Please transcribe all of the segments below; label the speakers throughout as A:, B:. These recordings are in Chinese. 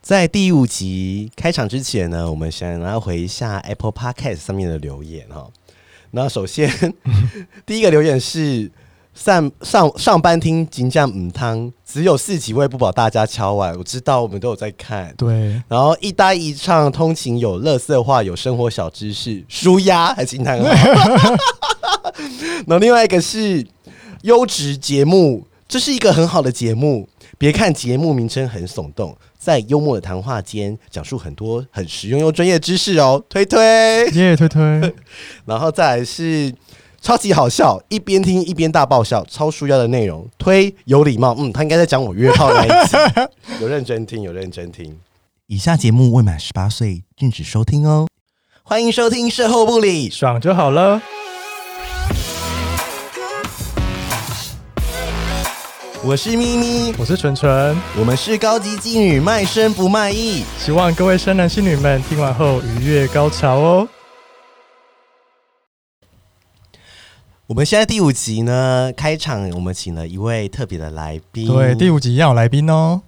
A: 在第五集开场之前呢，我们想要回一下 Apple Podcast 上面的留言哈、哦。那首先 第一个留言是上上上班听金酱母汤，只有四集，我也不保大家敲碗。我知道我们都有在看，
B: 对，
A: 然后一搭一唱，通勤有乐色话，有生活小知识，舒压还惊叹号。啊 然后另外一个是优质节目，这是一个很好的节目。别看节目名称很耸动，在幽默的谈话间讲述很多很实用又专业知识哦，推推。
B: 耶、推推，
A: 然后再来是超级好笑，一边听一边大爆笑，超舒压的内容，推有礼貌。嗯，他应该在讲我约炮那一 集，有认真听，有认真听。以下节目未满十八岁禁止收听哦。欢迎收听《事后不理》，
B: 爽就好了。
A: 我是咪咪，
B: 我是纯纯，
A: 我们是高级妓女，卖身不卖艺。
B: 希望各位生男性女们听完后愉悦高潮哦。
A: 我们现在第五集呢，开场我们请了一位特别的来宾，
B: 对，第五集一样有来宾 哦。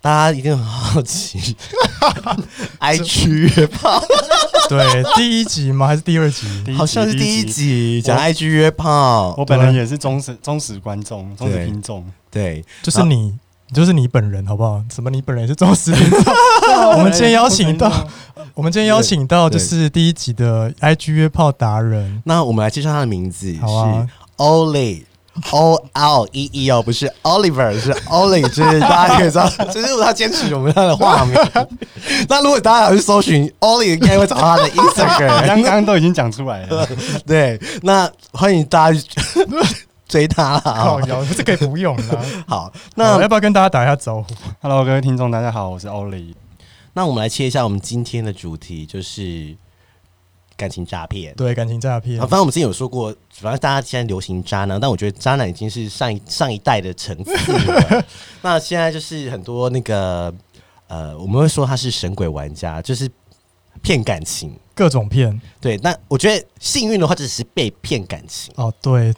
A: 大家一定很好奇 ，I 区约 炮，
B: 对，第一集吗？还是第二 集？
A: 好像是第一。集讲
C: 我
A: I 区约炮
C: 我，本人也是忠实忠实观众，忠实听众。
A: 对，
B: 就是你，就是你本人，好不好？怎么你本人是忠实听众？ 我们今天邀请到，我们今天邀请到就是第一集的 IG 约炮达人，
A: 那我们来介绍他的名字、
B: 好啊
A: 是 Oli。O L E E 哦，不是 Oliver，是 Oli，就是大家可以知道，这是他坚持我们他的化名。 那如果大家想去搜寻 Oli，应该会找到他的 Instagram。
C: 刚刚都已经讲出来了，
A: 对，那欢迎大家去追他啦。
B: 靠
A: 哦
B: 腰，这可以不用啦。
A: 好，
B: 那要
A: 那
B: 不要跟大家打一下招呼？
C: Hello，各位听众，大家好，我是 Ollie。
A: 那我们来切一下我们今天的主题，就是感情诈骗。
B: 对，感情诈骗
A: 啊，反，正我们之前有说过，反正大家现在流行渣男，但我觉得渣男已经是上一上一代的层次了。 那现在就是很多那个呃，我们会说他是神鬼玩家，就是骗感情。
B: 各种骗
A: 对，那我觉得幸运的话，只是被骗感情；
B: 哦，对，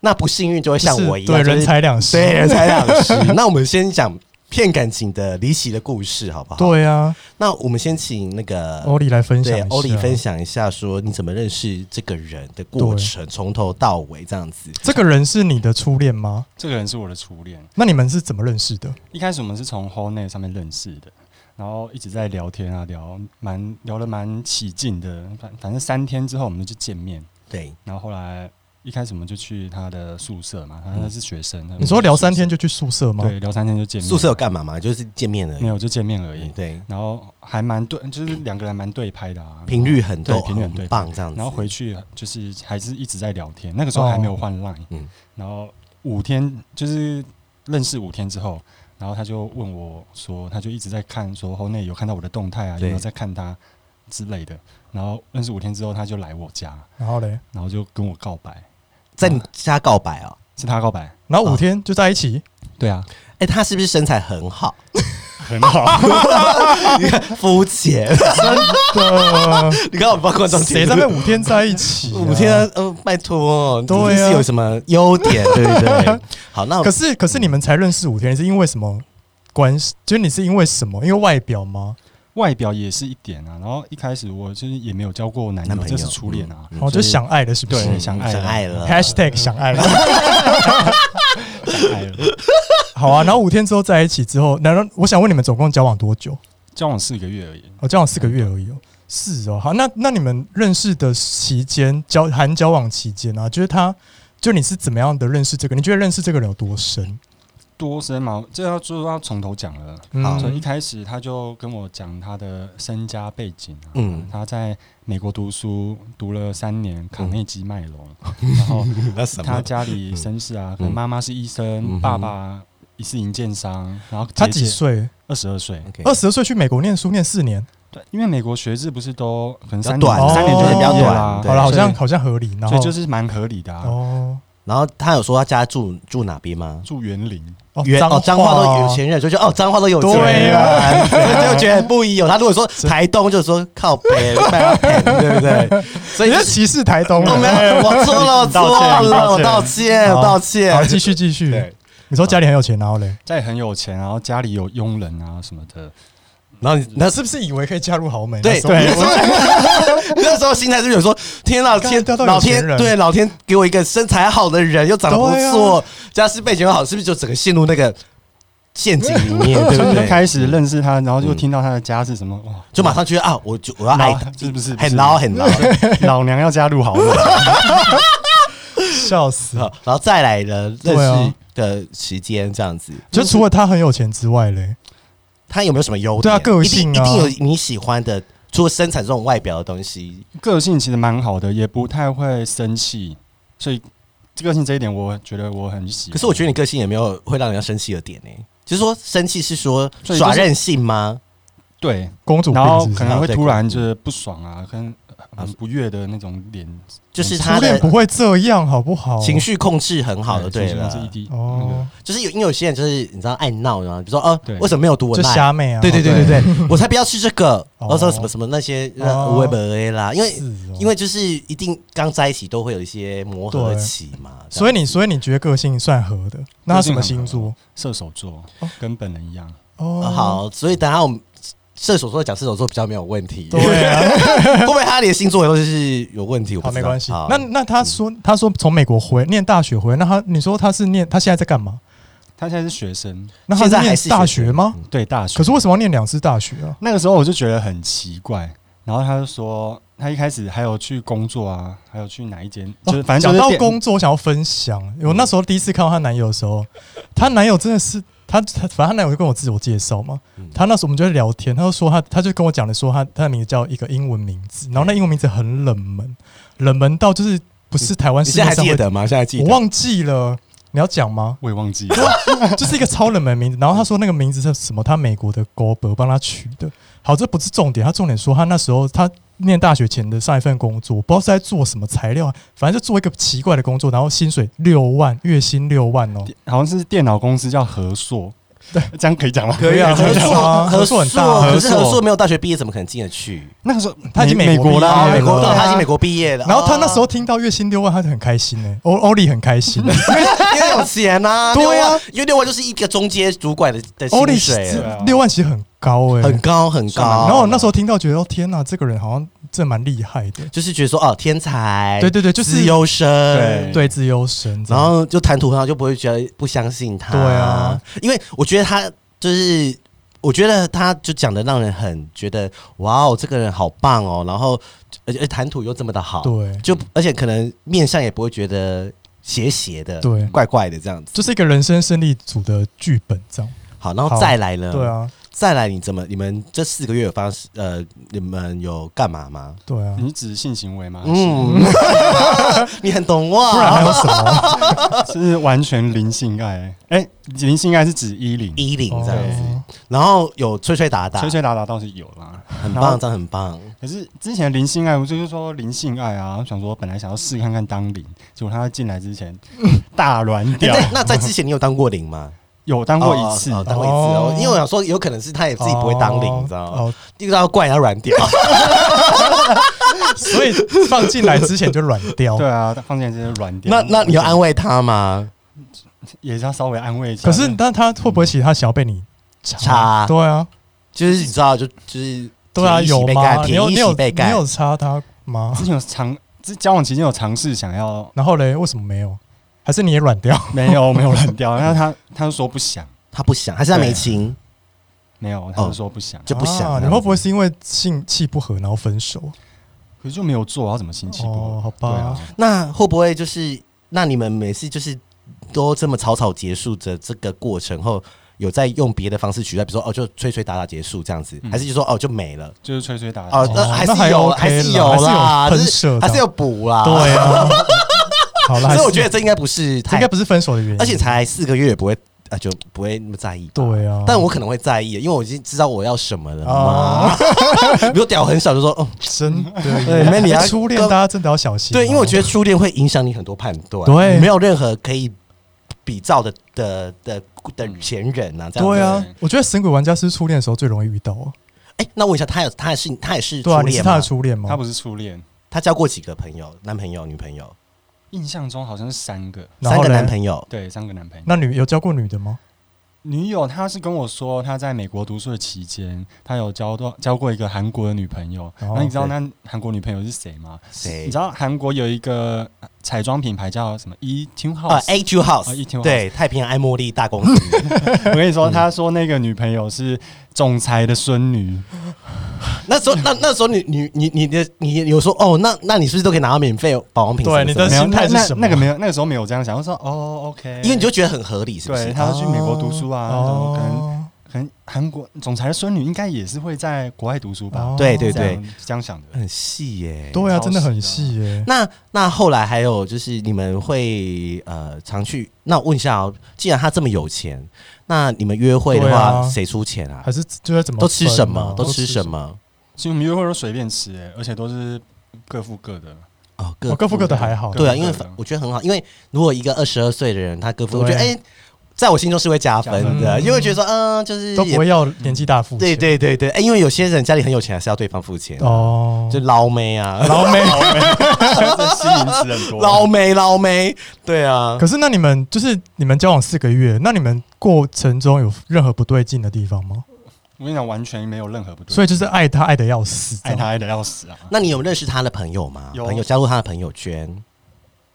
A: 那不幸运就会像
B: 就是
A: 我一样，
B: 对，
A: 就是
B: 人财两失，
A: 对人财两失。 那我们先讲骗感情的离奇的故事，好不好？，
B: 对啊，
A: 那我们先请那个
B: 欧丽来分享一
A: 呃对
B: 下，
A: 欧里分享一下，说你怎么认识这个人的过
B: 对
A: 程，从头到尾这样子。
B: 这个人是你的初恋吗？
C: 这个人是我的初恋，
B: 那你们是怎么认识的？
A: 嗯
C: 一开始我们是从 h o n e 上面认识的，然后一直在聊天啊，聊蛮聊得蛮起劲的。反反正三天之后我们就见面，
A: 对，
C: 然后后来一开始我们就去他的宿舍嘛，他他是学生。
B: 嗯你说聊三天就去宿舍吗？
C: 对，聊三天就见面。
A: 宿舍有干嘛吗？就是见面而
C: 没
A: 已。嗯
C: 有就见面而已。
A: 对，
C: 然后还蛮对，就是两个人蛮对拍的啊，
A: 频率很多，
C: 对频率很对
A: 棒这样子。
C: 然后回去就是还是一直在聊天，那个时候还没有换 Line，、
A: 嗯
C: 然后五天就是认识五天之后，然后他就问我说，他就一直在看说后内有看到我的动态啊，有
A: 对
C: 没有在看他之类的。然后认识五天之后，他就来我家，
B: 然后嘞，
C: 然后就跟我告白，
A: 在你家告白哦。
C: 是他告白，
B: 然后五天就在一起，
C: 对啊，
A: 哎，他是不是身材很好？
C: 很好，
A: 肤 浅，
B: 呃，
A: 你看我们帮观众
B: 谁在那五天在一起啊？
A: 五天啊？嗯，
C: 哦
A: 拜托，你
B: 对啊
A: 一定是有什么优点， 对不对？好，那
B: 可是可是你们才认识五天，是因为什么关系？就是你是因为什么？因为外表吗？
C: 外表也是一点啊。然后一开始我就是也没有交过男
A: 男
C: 友，
A: 朋友
C: 这是初恋啊，
A: 嗯
B: 然哦后就想爱了，是不
C: 对
B: 是
C: 想爱啊
A: 真
C: 了
A: 爱了，
B: ？#hashtag 想爱了，
C: 爱了
B: 好啊。然后五天之后在一起之后，难道我想问你们总共交往多久？
C: 交往四个月而已，
B: 哦，交往四个月而已哦。是哦，好，那那你们认识的期间，交含交往期间啊，就是他，就你是怎么样的认识这个？你觉得认识这个人有多深？
C: 多深嘛，这要就要从头讲了。
B: 嗯
A: 好
C: 所以一开始他就跟我讲他的身家背景啊，
A: 嗯
C: 他在美国读书读了三年卡内基麦隆，然后
A: 那什
C: 他
A: 么？
C: 家里身世啊，
A: 嗯
C: 可能妈妈是医生，
A: 嗯
C: 爸爸也是银建商，然后
B: 他几
C: 姐姐？
B: 岁？
C: 二十二岁。
A: OK
B: 二十二岁去美国念书，念四年，
C: 对，因为美国学制不是都可能三
A: 比较短
C: 年三年就
B: 哦
C: 是比较
B: 对
C: 短，
A: 对
B: 好了，好像
C: 所
B: 好像合理。然
C: 以
B: 后
C: 所以就是蛮合理的啊。
B: 哦
A: 然后他有说他家住住哪边吗？
C: 住园林，
B: 哦，
A: 原哦，彰化都有
B: 钱。
A: 钱人，就觉得哦，彰化都有钱
B: 对啊
A: 人，所以就觉得不一有。他如果说台东，就说靠北，拜拜对不对？所以
B: 你
A: 就是哦
B: 歧视台东 啊
A: 我没
B: 人。
A: 有，我错了，我错了，我
C: 你
A: 道
C: 道
A: 歉，我道
B: 好，
A: 歉。
B: 继续继续
A: 对。
B: 你说家里很有钱，然后嘞，
C: 家里很有钱，然后家里有佣人啊什么的，
A: 然后你那
B: 那
A: 是
B: 是不是以为可以嫁入豪门？
A: 对
B: 那时候
A: 对， 那时候心态是有说，天啊，天
B: 钓到有
A: 老
B: 钱
A: 天
B: 人
A: 对老天给我一个身材好的人，又长得不
B: 对啊
A: 错，家世背景又好，是不是就整个陷入那个陷阱里面，对
C: 所
A: 不
C: 以就
A: 对？
C: 开始认识他，然后就
A: 嗯
C: 听到他的家是什么，哇，
A: 就马上觉得啊，我就我要爱
C: 老
A: 他，
C: 是不是
A: 很捞很捞，
C: 老娘要加入豪门，
B: 笑死！
A: 然后再来呢，
B: 对啊
A: 认识的时间这样子，
B: 就除了他很有钱之外嘞，
A: 他有没有什么优点？
B: 对啊个性啊
A: 一定一定有你喜欢的，除了身材这种外表的东西，
C: 个性其实蛮好的，也不太会生气，所以个性这一点我觉得我很喜欢。
A: 可是我觉得你个性也没有会让人家生气的点呢、就是说，生气是说
C: 所以就是
A: 耍任性吗？
C: 对，
B: 公主病
C: 然后
B: 是不
C: 可
B: 是？
C: 能会突然就是不爽啊，跟很不悦的那种脸，
A: 就是他
B: 嗯初恋
A: 的
B: 不会这样，好不好？哎
A: 情绪控制很好的，对
C: 是
A: 了
C: 一，滴
B: 哦，
A: 就是有因为有些人就是你知道爱闹然后比如说哦
C: 对，
A: 为什么没有读我
B: 就
A: 赖？
B: 虾妹啊，
A: 对对对
C: 哦
A: 对对，我才不要吃这 个，
B: 哦
A: 然后说什么什么那些呃
B: 哦
A: 无为不为啦，因为
B: 是哦
A: 因为就是一定刚在一起都会有一些磨合
B: 对
A: 期嘛，这样
B: 所以你所以你觉得个性算合的，那他什么星座？
C: 射手座
B: 哦
C: 跟本人一样，
B: 哦
A: 呃，，好，所以等下我们射手座讲射手座比较没有问题，
B: 对啊，
A: 会不会他连星座都是有问题？我不
B: 好
A: 知道
B: 没关系
A: 好。
B: 那那他说他说从美国回念大学回来，那他你说他是念他现在在干嘛？
C: 他现在是学生，
B: 那他
A: 现在
B: 念
A: 还是
B: 大
A: 学
B: 学吗？
C: 对大学。
B: 可是为什么要念两次大学啊？
C: 那个时候我就觉得很奇怪，然后他就说，他一开始还有去工作啊，还有去哪一间，就是反正
B: 哦讲
C: 就是
B: 到
C: 电
B: 工作，我想要分享。
A: 嗯
B: 我那时候第一次看到她男友的时候，她男友真的是她她，反正她男友就跟我自我介绍嘛
A: 嗯。
B: 她那时候我们就在聊天，她就说她她就跟我讲了说她她的名字叫一个英文名字，然后那英文名字很冷门，冷门到就是不是台湾
A: 嗯你
B: 市
A: 现在
B: 面
A: 还
B: 上
A: 记
B: 会，
A: 得吗？现在记得？
B: 我忘记了。你要讲吗？
C: 我也忘记了，
B: 就是一个超冷门的名字。然后她说那个名字是什么？她美国的 g o b e r 帮她取的。好，这不是重点，她重点说她那时候她念大学前的上一份工作，不知道是在做什么材料啊，反正就做一个奇怪的工作，然后薪水六万，月薪六万哦。
C: 好像是电脑公司叫和硕，对，这样可以讲吗？
B: 可以啊
A: 合
B: 合作
A: 作
B: 啊合作很大
A: 合作可是
C: 合作
A: 合作没有大学毕业，怎么可能进得去？
C: 那个时候
B: 他已经
C: 美
B: 美国
C: 国
B: 毕业
C: 啦，
B: 了
A: 美国
B: 对
A: 到
B: 啊
A: 他已经美国毕业了，
B: 然后她那时 候
A: 哦
B: 听到月薪六万，她就很开心呢、欧欧丽很开心。欸
A: 因为有钱呐，
B: 对
A: 六
B: 啊
A: 万，因为六万就是一个中阶主管的的
B: 欧丽
A: 薪水了，
B: 六万其实很高哎、
A: 很高很高。
B: 然后我那时候听到觉得，哦天哪，这个人好像真的蛮厉害的。
A: 就是觉得说哦，天才，
B: 对对对，就是
A: 自优生，
C: 对
B: 对自由神，
A: 然后就谈吐上就不会觉得不相信他。
B: 对啊，
A: 因为我觉得他就是，我觉得他就讲的让人很觉得哇哦，这个人好棒哦，然后而且而且谈吐又这么的好，
B: 对，
A: 就而且可能面相也不会觉得斜斜的，
B: 对
A: 怪怪的这样子。
B: 就是一个人生胜利组的剧本这样。
A: 好，然后
B: 好
A: 再来呢？
B: 对，啊，
A: 再来你怎么？你们这四个月有发生呃，你们有干嘛吗？
B: 对啊，
C: 你指性行为吗？
A: 嗯， 你很懂哇，
B: 不然还有 什么？
C: 是完全零性爱，哎、零性爱是指衣领，
A: 衣领这样子，
B: 哦
A: 然后有吹吹打打，
C: 吹吹打打倒是有啦，
A: 很
C: 然后
A: 棒，这样很棒。
C: 可是之前零性爱，我就是说零性爱啊，我想说本来想要试看看当零，结果他进来之前大软
A: 欸
C: 屌，
A: 在那在之前你有当过零 吗？
C: 有当过一次
A: 哦哦，哦当过一次哦
B: 哦，
A: 因为我想说有可能是他也自己不会当零，你知道吗？
B: 哦，
A: 因为他要怪他软屌，
B: 哦所以放进来之前就软 掉。
C: 对啊，放进来这些软屌，
A: 那 那你要安慰他吗？
C: 也是要稍微安慰一下。
B: 可是，但他会不会其实他想要被你
A: 插
B: 插？对啊，
A: 就是你知道，就就是
B: 对啊，
A: 舔一洗
B: 有
A: 被
B: 吗？
A: 盖
B: 你
A: 舔
B: 有
A: 一
B: 你
A: 洗
B: 有
A: 被盖
B: 你有插他吗
C: 之？前有尝，之交往期间有尝试想要，
B: 然后嘞，为什么没有？还是你也软掉？
C: 没有没有软屌，那他他就说不想，
A: 他不想，还是他没情
C: 没有，他就说不想，
A: 就不想
B: 啊
A: 这样子
B: 你会不会是因为性气不合然后分手？
C: 可是就没有做，要怎么心情？
B: 哦好吧
C: 对啊，
A: 那会不会就是那你们每次就是都这么草草结束着这个过程后？有在用别的方式取代，比如说哦，就吹吹打打结束这样子，
C: 嗯
A: 还是就说哦就没了
C: 就是吹吹打打。
A: 哦，那
B: 哦
A: 还
B: 那还
A: 是有
B: OK
A: 还是
B: 啦
A: 有
B: 还是有
A: 啦，
B: 喷
A: 只
B: 射
A: 还是
B: 的
A: 有补啦，
B: 对 啊，好啦，
A: 所以我
B: 还是
A: 觉得这应该不是
B: 这
A: 太
B: 应该不是分手的原因，
A: 而且才四个月也不会啊，就不会那么在意。，
B: 对啊，
A: 但我可能会在意，因为我已经知道我要什么了嘛
B: 啊。
A: 比如屌很小，就说 哦，
B: 真的
A: 对
B: 耶
A: 没你要
B: 哎初恋大家真的要小心哦。
A: 对，因为我觉得初恋会影响你很多判断，
B: 对
A: 没有任何可以比照的的的的前人啊，这样子
B: 对啊
C: 对，
B: 我觉得神鬼玩家是初恋的时候最容易遇到啊。
A: 哎，那我问一下，他有他也是他也是
B: 对啊，
A: 初
B: 你是
A: 恋
B: 他
A: 吗
B: 的？初恋吗？
C: 他不是初恋，
A: 他交过几个朋友，男朋友、女朋友，
C: 印象中好像是三个，
B: 然
A: 三
B: 后
A: 个
B: 嘞
A: 男朋友，
C: 对，三个男朋友。
B: 那女有交过女的吗？
C: 女友她是跟我说，她在美国读书的期间，她有交到交过一个韩国的女朋友。
B: 哦
C: 那你知道那韩国女朋友是谁吗？
A: 谁
C: 你知道韩国有一个彩妆品牌叫什么 E Two
B: 哦
A: 啊
C: House？
B: 哎
A: ？A Two
C: 啊
A: House，
C: ，A2
A: 对，太平洋爱茉莉大公司，
C: 我跟你说，她说那个女朋友是总裁的 孙女。
A: 那时候，那那时候你你你你的你有说哦，那那你是不是都可以拿到免费保养品什么
B: 对
A: 什么？
B: 你的
C: 没有
B: 心态是
C: 那那
B: 什么
C: 那个没有，那个时候没有这样想。我说哦，OK，
A: 因为你就觉得很合理，是不
C: 对，
A: 是？
C: 她要去美国读书啊，
B: 哦
C: 可能可能韩国总裁的孙女应该也是会在国外读书吧？
B: 哦嗯
A: 对对
C: 这
A: 对
C: 样，这样想的。
A: 很细耶。
B: 对啊，
C: 超
B: 真的很
C: 细的
B: 细耶、
A: 那那后来还有就是你们会呃常去？那我问一下哦，既然他这么有钱，那你们约会的
B: 对
A: 话
B: 啊
A: 谁、出钱啊
B: 还？是就是怎么
A: 都吃
B: 分
A: 什
B: 啊
A: 么？都吃
B: 什
A: 什？么？
C: 其实我们约会都随便吃、欸，而且都是各付各的。
A: 哦，
B: 哦各付各的还好，
A: 对啊，
C: 各
A: 因为
C: 各的
A: 我觉得很好，因为如果一个二十二岁的人他各付，我觉
B: 对
A: 得哎、在我心中是会加分
B: 加
A: 的，
B: 分
A: 因为觉得说嗯，就是
B: 都
A: 也
B: 不会要年纪大付钱。
A: 对对对对，哎、因为有些人家里很有钱，还是要对方付钱，啊
B: 哦，
A: 就捞妹 啊，
B: 老美。
C: 这新名词很多。
A: 捞妹捞妹，对啊
B: 可，是那你们就是你们交往四个月，那你们过程中有任何不对劲的地方吗？
C: 我跟你讲，完全没有任何不对，
B: 所以就是爱他爱的要死，
C: 爱
B: 这
C: 他
B: 样
C: 爱的要死啊！
A: 那你有认识他的朋友吗？
C: 有
A: 朋友加入他的朋友圈，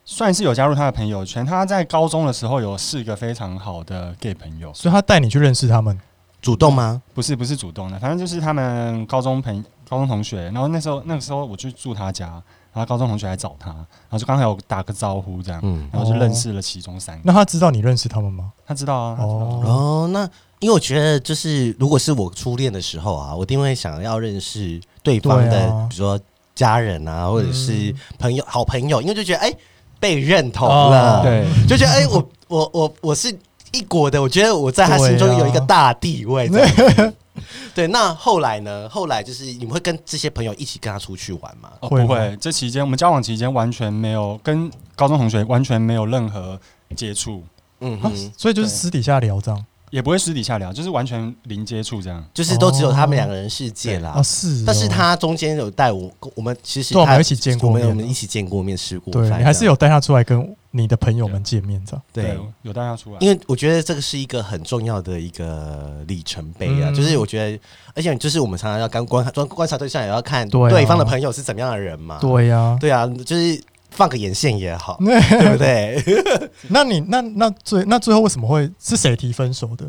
C: 算是有加入他的朋友圈。他在高中的时候有四个非常好的 gay 朋友，
B: 所以他带你去认识他们。
A: 主动吗？
C: 不是不是主动的，反正就是他们高中朋高中同学。然后那时候那个时候我去住他家，然后高中同学来找他，然后就刚好有打个招呼这样，
A: 嗯，
C: 然后就认识了其中三个。
B: 那他知道你认识他们吗？
C: 他知道啊，他知道啊
B: 哦，
A: 哦，那因为我觉得就是如果是我初恋的时候啊，我一定会想要认识对方
B: 对
A: 的，
B: 啊
A: 比如说家人啊，或者是
B: 嗯
A: 朋友、好朋友，因为就觉得哎、被认同
B: 哦
A: 了，
C: 对，
A: 就觉得哎、我我我我是一国的，我觉得我在他
B: 啊
A: 心中有一个大地位。这样子 对，那后来呢？后来就是你们会跟这些朋友一起跟他出去玩吗？
C: 哦，
B: 会
C: 不
B: 吗
C: 会，这期间我们交往期间完全没有跟高中同学完全没有任何接触，
A: 嗯
B: 啊
A: 哼，
B: 所以就是
C: 对
B: 私底下聊这样
C: 也不会私底下聊，就是完全零接触这样。
A: 就是都只有他们两个人世界啦。
B: 啊，是哦。
A: 但是他中间有带我，我们其实
B: 对我们
A: 他
B: 有一起见过
A: 我们有我
B: 面
A: 们
B: 啊
A: 一起见过面，吃过
B: 对
A: 饭，
B: 你还是有带他出来跟你的朋友们见面这样。
A: 这样对。，
C: 有带他出来，
A: 因为我觉得这个是一个很重要的一个里程碑啊，
B: 嗯
A: 就是我觉得，而且就是我们常常要跟观观观察对象，也要看
B: 对啊
A: 对方的朋友是怎么样的人嘛。
B: 对呀，
A: 对啊，就是放个眼线也 好，对不对？
B: 那你那那最那最后为什么会是谁提分手的？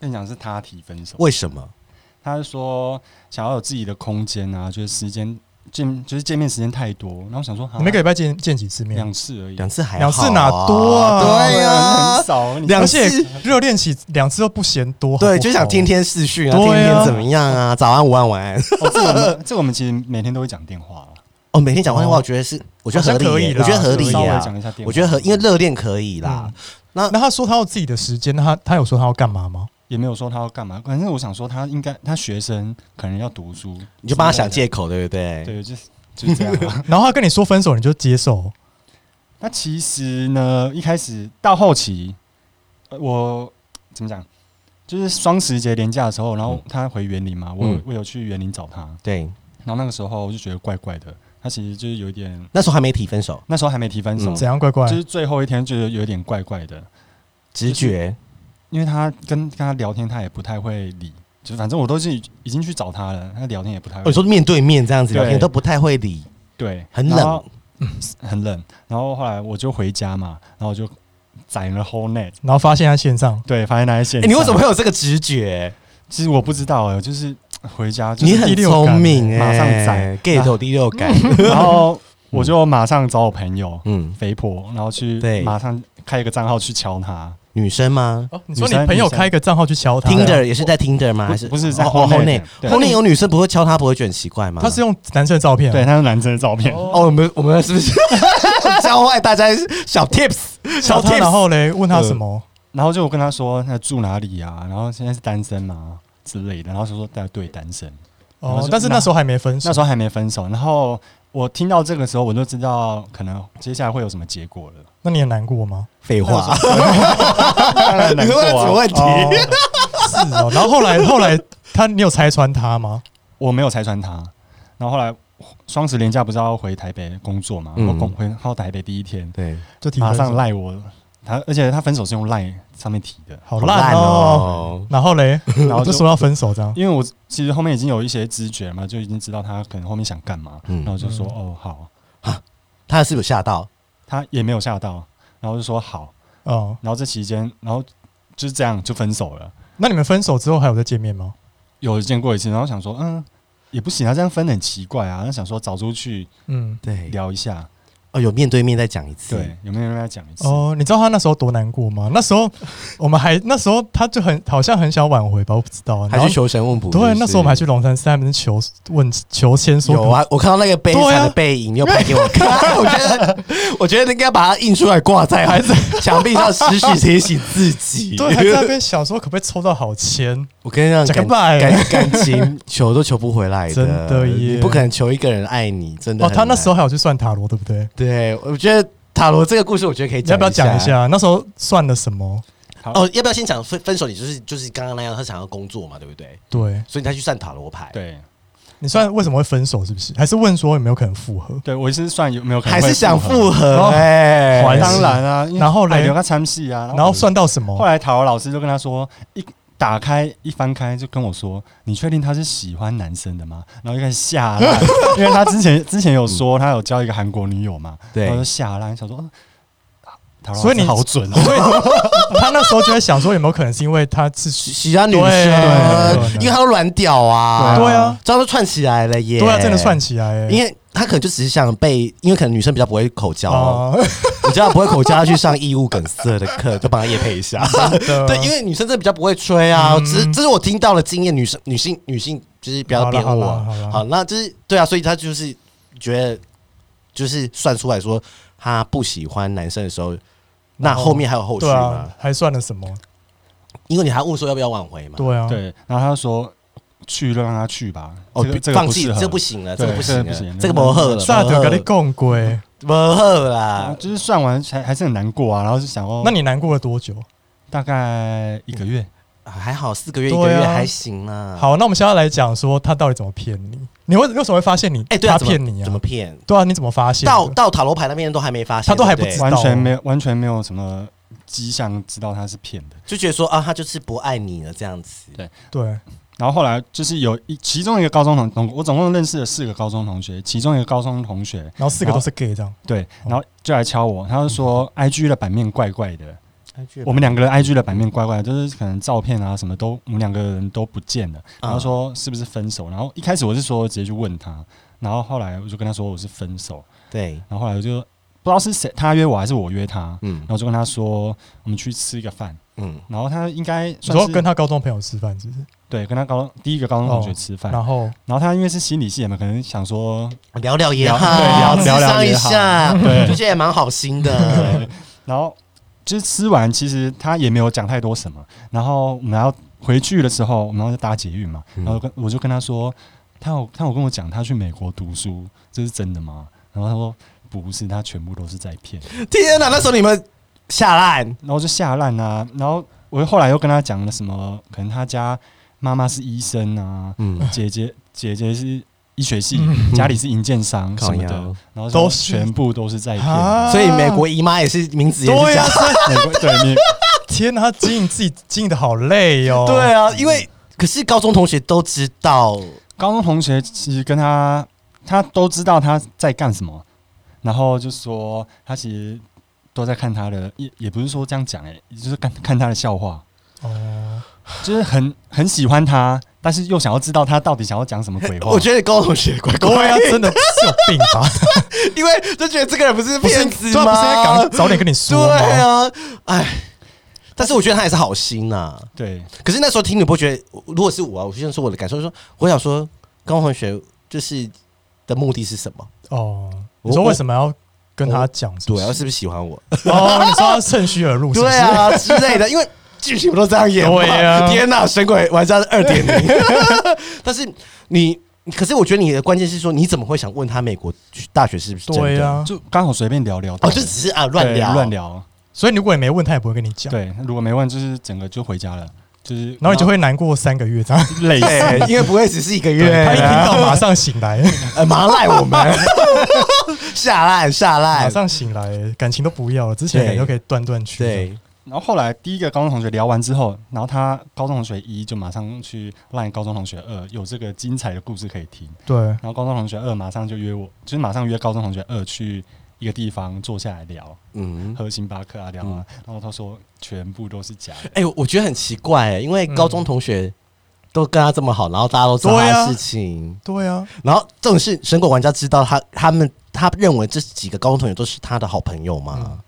C: 跟你讲是他提分手，
A: 为什么？
C: 他是说想要有自己的空间啊，就是时间见就是见面时间太多，然后我想说，哈
B: 你们每个礼拜见见几次面？
C: 两次而已，
A: 啊两次还好、啊，
B: 两次哪多啊
A: 哦 对
C: 啊，
A: 啊
C: 很，少，你
A: 两
B: 而
A: 次
B: 且热恋期两次都不嫌多，好
A: 对，
B: 不
A: 就
B: 好
A: 想天天视讯啊，
B: 对
A: 天
B: 啊
A: 天怎么样啊？早安、午安、晚安。
C: 哦这个我们这个我们其实每天都会讲电话啊了，
A: 哦，每天讲电话，
B: 哦
A: 我觉得是，我觉得合
B: 好像
A: 理
B: 可以
A: 耶，
B: 啦
A: 我觉得合理
C: 啊稍微
A: 呀。
C: 讲一下电话，
A: 我觉得合，因为热恋可以啦
B: 嗯。那他说他有自己的时间，那他他有说他要干嘛吗？
C: 也没有说他要干嘛，反正我想说他应该他学生可能要读书，
A: 你就帮他想借口，
B: 啊
A: 对不对？
C: 对，就是就是这样啊。
A: 嗯
B: 然后他跟你说分手，你就接受？
C: 那其实呢，一开始到后期，呃我怎么讲？就是双十节连假的时候，然后他回园林嘛，我有
A: 嗯
C: 我有去园林找他，
A: 对，
C: 然后那个时候我就觉得怪怪的，他其实就是有一点，
A: 那时候还没提分手，
C: 那时候还没提分手，
A: 嗯
B: 怎样怪怪
C: 就？是最后一天觉得有点怪怪的，
A: 直觉。
C: 因为他跟跟他聊天，他也不太会理，就是反正我都是已经去找他了，他聊天也不太
A: 我
C: 会
A: 哦说面对面这样子聊天
C: 对
A: 都不太会理，
C: 对，
A: 很
C: 然
A: 冷嗯
C: 后，很冷。然后后来我就回家嘛，然后我就载了 whole net，
B: 然后发现他线上，
C: 对，发现那一线、
A: 哎，你为什么会有这个直觉？
C: 其实我不知道哎、我就是回家就
A: 你
C: 是，
A: 很
B: 第六感
A: 聪明哎，
C: 马上宰
A: get 到第六 感。
C: 然后我就马上找我朋友
A: 嗯，
C: 肥婆，然后去
A: 对
C: 马上开一个账号去敲他，
A: 女生吗？
B: 哦，你说你
C: 女生
B: 朋友
C: 女生
B: 开一个账号去敲他
A: Tinder 也是在 Tinder 吗？
C: 不
A: 还是哦
C: 不是在
A: 后
C: Hornet
A: 后内
C: 对
A: 后内有女生不会敲他，不会觉得很奇怪吗？
B: 他是用男生的照片啊，
C: 对，他是男生的照片，
A: 哦，我们我们是不 是教坏大家小 tips
B: 敲
A: 小
B: 他，然
A: tips？
B: 后嘞问他
A: 嗯
B: 什么？
C: 然后就我跟他说他住哪里啊，然后现在是单身嘛之类的，然后就说对对单身，然后
B: 哦
C: 就，
B: 但是那时候还没分手
C: 那时，候还没分手，然后我听到这个时候我就知道可能接下来会有什么结 果了，
B: 那你很难过吗？
A: 废话，
C: 当
B: 哎
C: 然
A: 你
C: 难
A: 是问
C: 过
A: 什 么
C: 啊
A: 问题？
B: 哦，是哦。然后后来后来他，你有拆穿他吗？
C: 我没有拆穿他，然后后来。双十连假不是要回台北工作嘛？
A: 嗯
C: 我工回到台北第一天，
A: 对，
B: 就提
C: 马
B: 分手
C: 上赖我他而且他分手是用 Line 上面提的，
B: 好烂哦。
A: 哦！
B: 然后嘞，
C: 然后
B: 就
C: 就
B: 说要分手 这样，
C: 因为我其实后面已经有一些知觉了嘛，就已经知道他可能后面想干嘛，
A: 嗯
C: 然后就说
B: 嗯
C: 哦好，
A: 他是不是有吓到？
C: 他也没有吓到，然后就说好，
B: 哦，
C: 然后这期间，然后就是这样就分手了。
B: 那你们分手之后还有再见面吗？
C: 有见过一次，然后想说嗯也不行啊，这样分得很奇怪啊，那想说找出去
B: 嗯，
A: 对，
C: 聊一下，
A: 哦，有面对面再讲一次，
C: 对，有没有人来讲一次？
B: 哦，你知道他那时候多难过吗？那时候我们还那时候他就很好像很想挽回吧，我不知道。啊然
A: 还
B: 后
A: 去求神问卜。
B: 对，那时候我们还去
A: 是
B: 龙山寺那边求问求签
A: 不是
B: 说
A: 有啊，我看到那个悲
B: 对啊
A: 惨的背影，你有拍给我 看，我觉得 我觉得应该把它印出来挂在还是墙壁上，时时提醒自己。
B: 对，还在那边想说可不可以抽到好签？
A: 我跟你讲，
B: 讲
A: 感
B: 拜
A: 感感 情求都求不回来的，
B: 真的耶
A: 你不可能求一个人爱你，真的
B: 哦，
A: 很难。
B: 他那时候还有去算塔罗，对不对？
A: 对，我觉得塔罗这个故事，我觉得可以
B: 你要不要讲
A: 一
B: 一？下那时候算了什么？
A: 哦，要不要先讲分分手？你就是就是刚刚那样，他想要工作嘛，对不对？
B: 对
A: 所以他去算塔罗牌，，
C: 对
B: 你算为什么会分手？是不是？还是问说有没有可能复合？
C: 对，我是算有没有可能
A: 还是
C: 会
A: 想
C: 复
A: 复
C: 合？
A: 合？哎、
B: 哦还是
C: 当然啊，因为
B: 然后嘞
C: 哎留个参戏啊，
B: 然后算到什
C: 后
B: 么？
C: 来塔罗老师就跟他说，一打开一翻开就跟我说，你确定他是喜欢男生的吗？然后就开始吓烂， 因为他之前之前有说他有交一个韩国女友嘛，
A: 对
C: 然后就吓烂，想说。啊塔罗老
B: 所
C: 师
B: 以你
C: 好准哦、
B: 所以他那时候就在想说有没有可能是因为他是
A: 喜喜欢女生
B: 对对对，
A: 因为他都软屌啊，
B: 对啊，
A: 这样都串起来了耶，
B: 对啊，真的算起来欸
A: 因为他可能就只是想被，因为可能女生比较不会口交，
B: 哦，
A: 我知道不会口交，她去上义务梗塞的课，就帮他夜配一下。 对
B: 对，
A: 因为女生真的比较不会吹啊，
B: 嗯
A: 只是这是我听到的经验，女生女性女性就是不要辩
B: 好
A: 护
B: 啦好啦
A: 我
B: 好啦。
A: 好，那就是对啊，所以她就是觉得就是算出来说她不喜欢男生的时候，那
B: 然后
A: 后面还有后续
B: 对
A: 吗
B: 啊？，还算了什么？
A: 因为你还问说要不要挽回嘛？
B: 对啊，
C: 对，然后他就说去就让他去吧，
A: 哦
C: 这个，这个
A: 放
C: 不
A: 弃
C: 适合
A: 这不行了，这个
C: 对
A: 不行
C: 这个不
A: 了
C: 行，
A: 这个不合了，
B: 萨德
A: 不合
B: 跟你共归，
A: 不合
C: 啊
A: 啦，。
C: 就是算完还还是很难过啊，然后就想哦，
B: 那你难过了多久？
C: 大概一个
A: 哎
C: 月，
A: 还好四个月一
B: 对
A: 个月
B: 啊
A: 还行啦。，
B: 好，那我们现在来讲说他到底怎么骗你？你为为什么会发现你？
A: 哎，对啊，
B: 他
A: 怎么
B: 骗你
A: 怎么
B: 啊？
A: 骗？
B: 对啊，你怎么发现的？
A: 到到塔罗牌那边都还没发现，
B: 他都还
A: 对
B: 不
A: 对
B: 知道
C: 完全没有完全没有什么迹象知道他是骗的。
A: 就觉得说啊，他就是不爱你了这样子。
B: 对，
C: 然后后来就是有一其中一个高中同同，我总共认识了四个高中同学，其中一个高中同学
B: 然后四个都是 gay 这样，
C: 对，
B: 哦
C: 然后就来敲我，他就说
A: 嗯
C: I G 的版面怪怪的，我们两个人 I G 的版面怪怪的，就是可能照片啊什么都，我们两个人都不见了。
B: 啊
C: 然后说是不是分手？然后一开始我是说直接去问他，然后后来我就跟他说我是分手，
A: 对，
C: 然后后来我就不知道是谁他约我还是我约他，
A: 嗯
C: 然后就跟他说我们去吃个饭，
A: 嗯，
C: 然后他应该
B: 你
C: 算
B: 说
C: 是
B: 跟他高中朋友吃饭是不是？
C: 对跟他高第一个高中同学
B: 哦
C: 吃饭，
B: 然后
C: 然后他因为是心理系的嘛，可能想说
A: 聊聊也
C: 聊
A: 好，
C: 对聊
A: 智
C: 聊聊
A: 商一
C: 也好
A: 下，
C: 对
A: 就觉得也蛮好心的。
C: 然后就是吃完，其实他也没有讲太多什么。然后我们要回去的时候，我们要搭捷运嘛，
A: 嗯
C: 然后跟我就跟他说，他有他有跟我讲他去美国读书，这是真的吗？然后他说不是，他全部都是在骗。
A: 天哪，那时候你们下烂，
C: 然后就吓烂啊。然后我后来又跟他讲了什么，可能他家妈妈是医生啊，
A: 嗯，
C: 姐姐姐姐是医学系，家里是营建商什
A: 烤
C: 么的，
A: 羊，
C: 然后
B: 都
C: 都
B: 是
C: 全部都是在骗。
B: 啊
A: 所以美国姨妈也是名字也是
B: 对
A: 这
B: 啊
A: 样，，
C: 美国对你
B: 天哪，他经营自己经营的好累哦。
A: 对啊，因为可是高中同学都知道，
C: 高中同学其实跟他，他都知道他在干什么，然后就说他其实都在看他的，也也不是说这样讲哎、就是看看他的笑话，
B: 哦，
C: 就是很很喜欢他，但是又想要知道他到底想要讲什么鬼话。
A: 我觉得高中同学怪
B: 对
A: 怪
B: 啊，，真的是有病 吧？
A: 因为就觉得这个人不是
B: 不是，
A: 骗
B: 对
A: 子
B: 啊，不是应该
A: 吗
B: 赶？早点跟你说
A: 对
B: 吗？
A: 啊，哎，但是我觉得他也是好心啊呐。
C: 对，
A: 可是那时候听你不会觉得，如果是我啊，我先说我的感受，就是说我想说，高中同学就是的目的是什么？
B: 哦，
A: 我
B: 你说为什么要跟他讲？是不
A: 对
B: 是
A: 啊，是不是喜欢我？
B: 哦，你说他趁虚而入，是 不
A: 对
B: 是？
A: 啊之类的，因为剧情不都这样演吗？
B: 对啊
A: 天哪，神鬼玩家二点零。 但是你，可是我觉得你的关键是说，你怎么会想问他美国大学是不是真的？
B: 对啊，
C: 就刚好随便聊聊到
A: 哦，
C: 的，
A: 就只是啊
C: 对
A: 乱聊
C: 乱。聊。
B: 所以如果你没问，他也不会跟你讲。
C: 对，如果没问，就是整个就回家了。就是
B: 然后你就会难过三个月这样。
C: 累
A: 哎
C: 死。
A: 因为不会只是一个
B: 对，他一听
A: 月，
B: 到马上 醒来，
A: 呃，马上赖我 们，下赖下
B: 马
A: 赖，
B: 上醒来，感情都不要了，之前
A: 哎对
B: 感情都可以断断续。，
A: 对，
C: 然后后来第一个高中同学聊完之后，然后他高中同学一就马上去赖高中同学二，有这个精彩的故事可以听。
B: 对，
C: 然后高中同学二马上就约我，就是马上约高中同学二去一个地方坐下来聊，
A: 嗯。
C: 喝星巴克啊聊啊。然后他说全部都是假的，
A: 哎、我觉得很奇怪、欸因为
B: 嗯
A: 高中同学都跟他这么好，然后大家都知道
B: 对
A: 他
B: 啊
A: 的事情，
B: 对啊，
A: 然后这种事，神狗玩家知道他他们他认为这几个高中同学都是他的好朋友嘛？
B: 嗯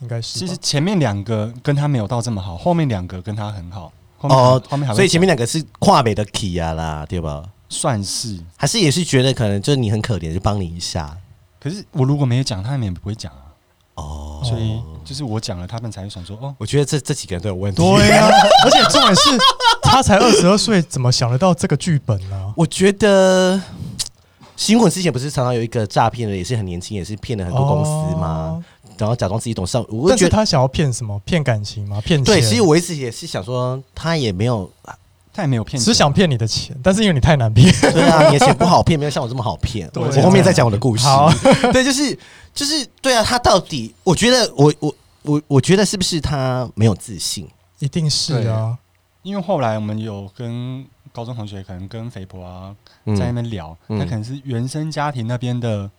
B: 应该是吧。
C: 其实前面两个跟他没有到这么好，后面两个跟他很好。后面
A: 哦
C: 后面还会
A: 所以前面两个是跨北的 k 啊啦，对吧？
C: 算是，
A: 还是也是觉得可能就是你很可怜，就帮你一下
C: 可是我如果没有讲，他们也不会讲啊。
A: 哦。
C: 所以就是我讲了，他们才会想说哦，
A: 我觉得这这几个人都有问题。
B: 对啊， 而且重点是他才二十二岁，怎么想得到这个剧本呢、
A: 我觉得新闻之前不是常常有一个诈骗的，也是很年轻，也是骗了很多公司嘛，
B: 哦
A: 然后假装自己懂上，我就
B: 但
A: 觉
B: 是
A: 得
B: 他想要骗什么？骗感情吗？骗钱？
A: 对，其实我一直也是想说，他也没有，
C: 他也没有骗你，
B: 只想骗你的钱，但是因为你太难骗，
A: 对啊，你的钱不好骗，没有像我这么好骗。
B: 对
A: 我我后面再讲我的故事
B: 好。
A: 对，就是就是对啊，他到底，我觉得我我我我觉得是不是他没有自信？
B: 一定是啊，
C: 因为后来我们有跟高中同学，可能跟肥婆啊在那边聊，
A: 嗯
C: 他可能是原生家庭那边的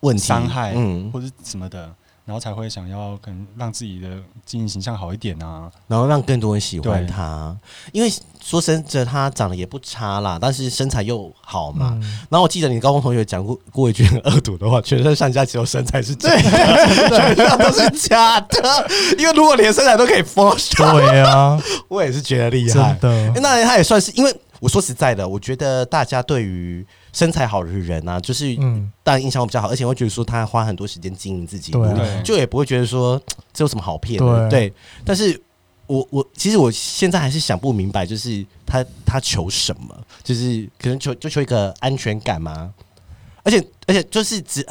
A: 问题
C: 伤害，
A: 嗯，
C: 或者什么的，然后才会想要可能让自己的经营形象好一点啊。
A: 然后让更多人喜欢
B: 嗯
C: 对
A: 他。因为说真的，他长得也不差啦，但是身材又好嘛。
B: 嗯，
A: 然后我记得你高中同学讲过过一句很恶毒的话，全身上下只有身材是真的， 全身都是假的。因为如果连身材都可以 Photoshop，
B: 对啊，
A: 我也是觉得厉
B: 真
A: 害。欸
B: 的，
A: 那他也算是，因为我说实在的，我觉得大家对于身材好的人啊，就是
B: 嗯，
A: 当然印象会比较好，而且会觉得说他花很多时间经营自己，
B: 对啊
C: 对，
A: 就也不会觉得说嘖这有什么好骗的，对。但是我我其实我现在还是想不明白，就是他他求什么？就是可能求就求一个安全感吗？而且而且就是只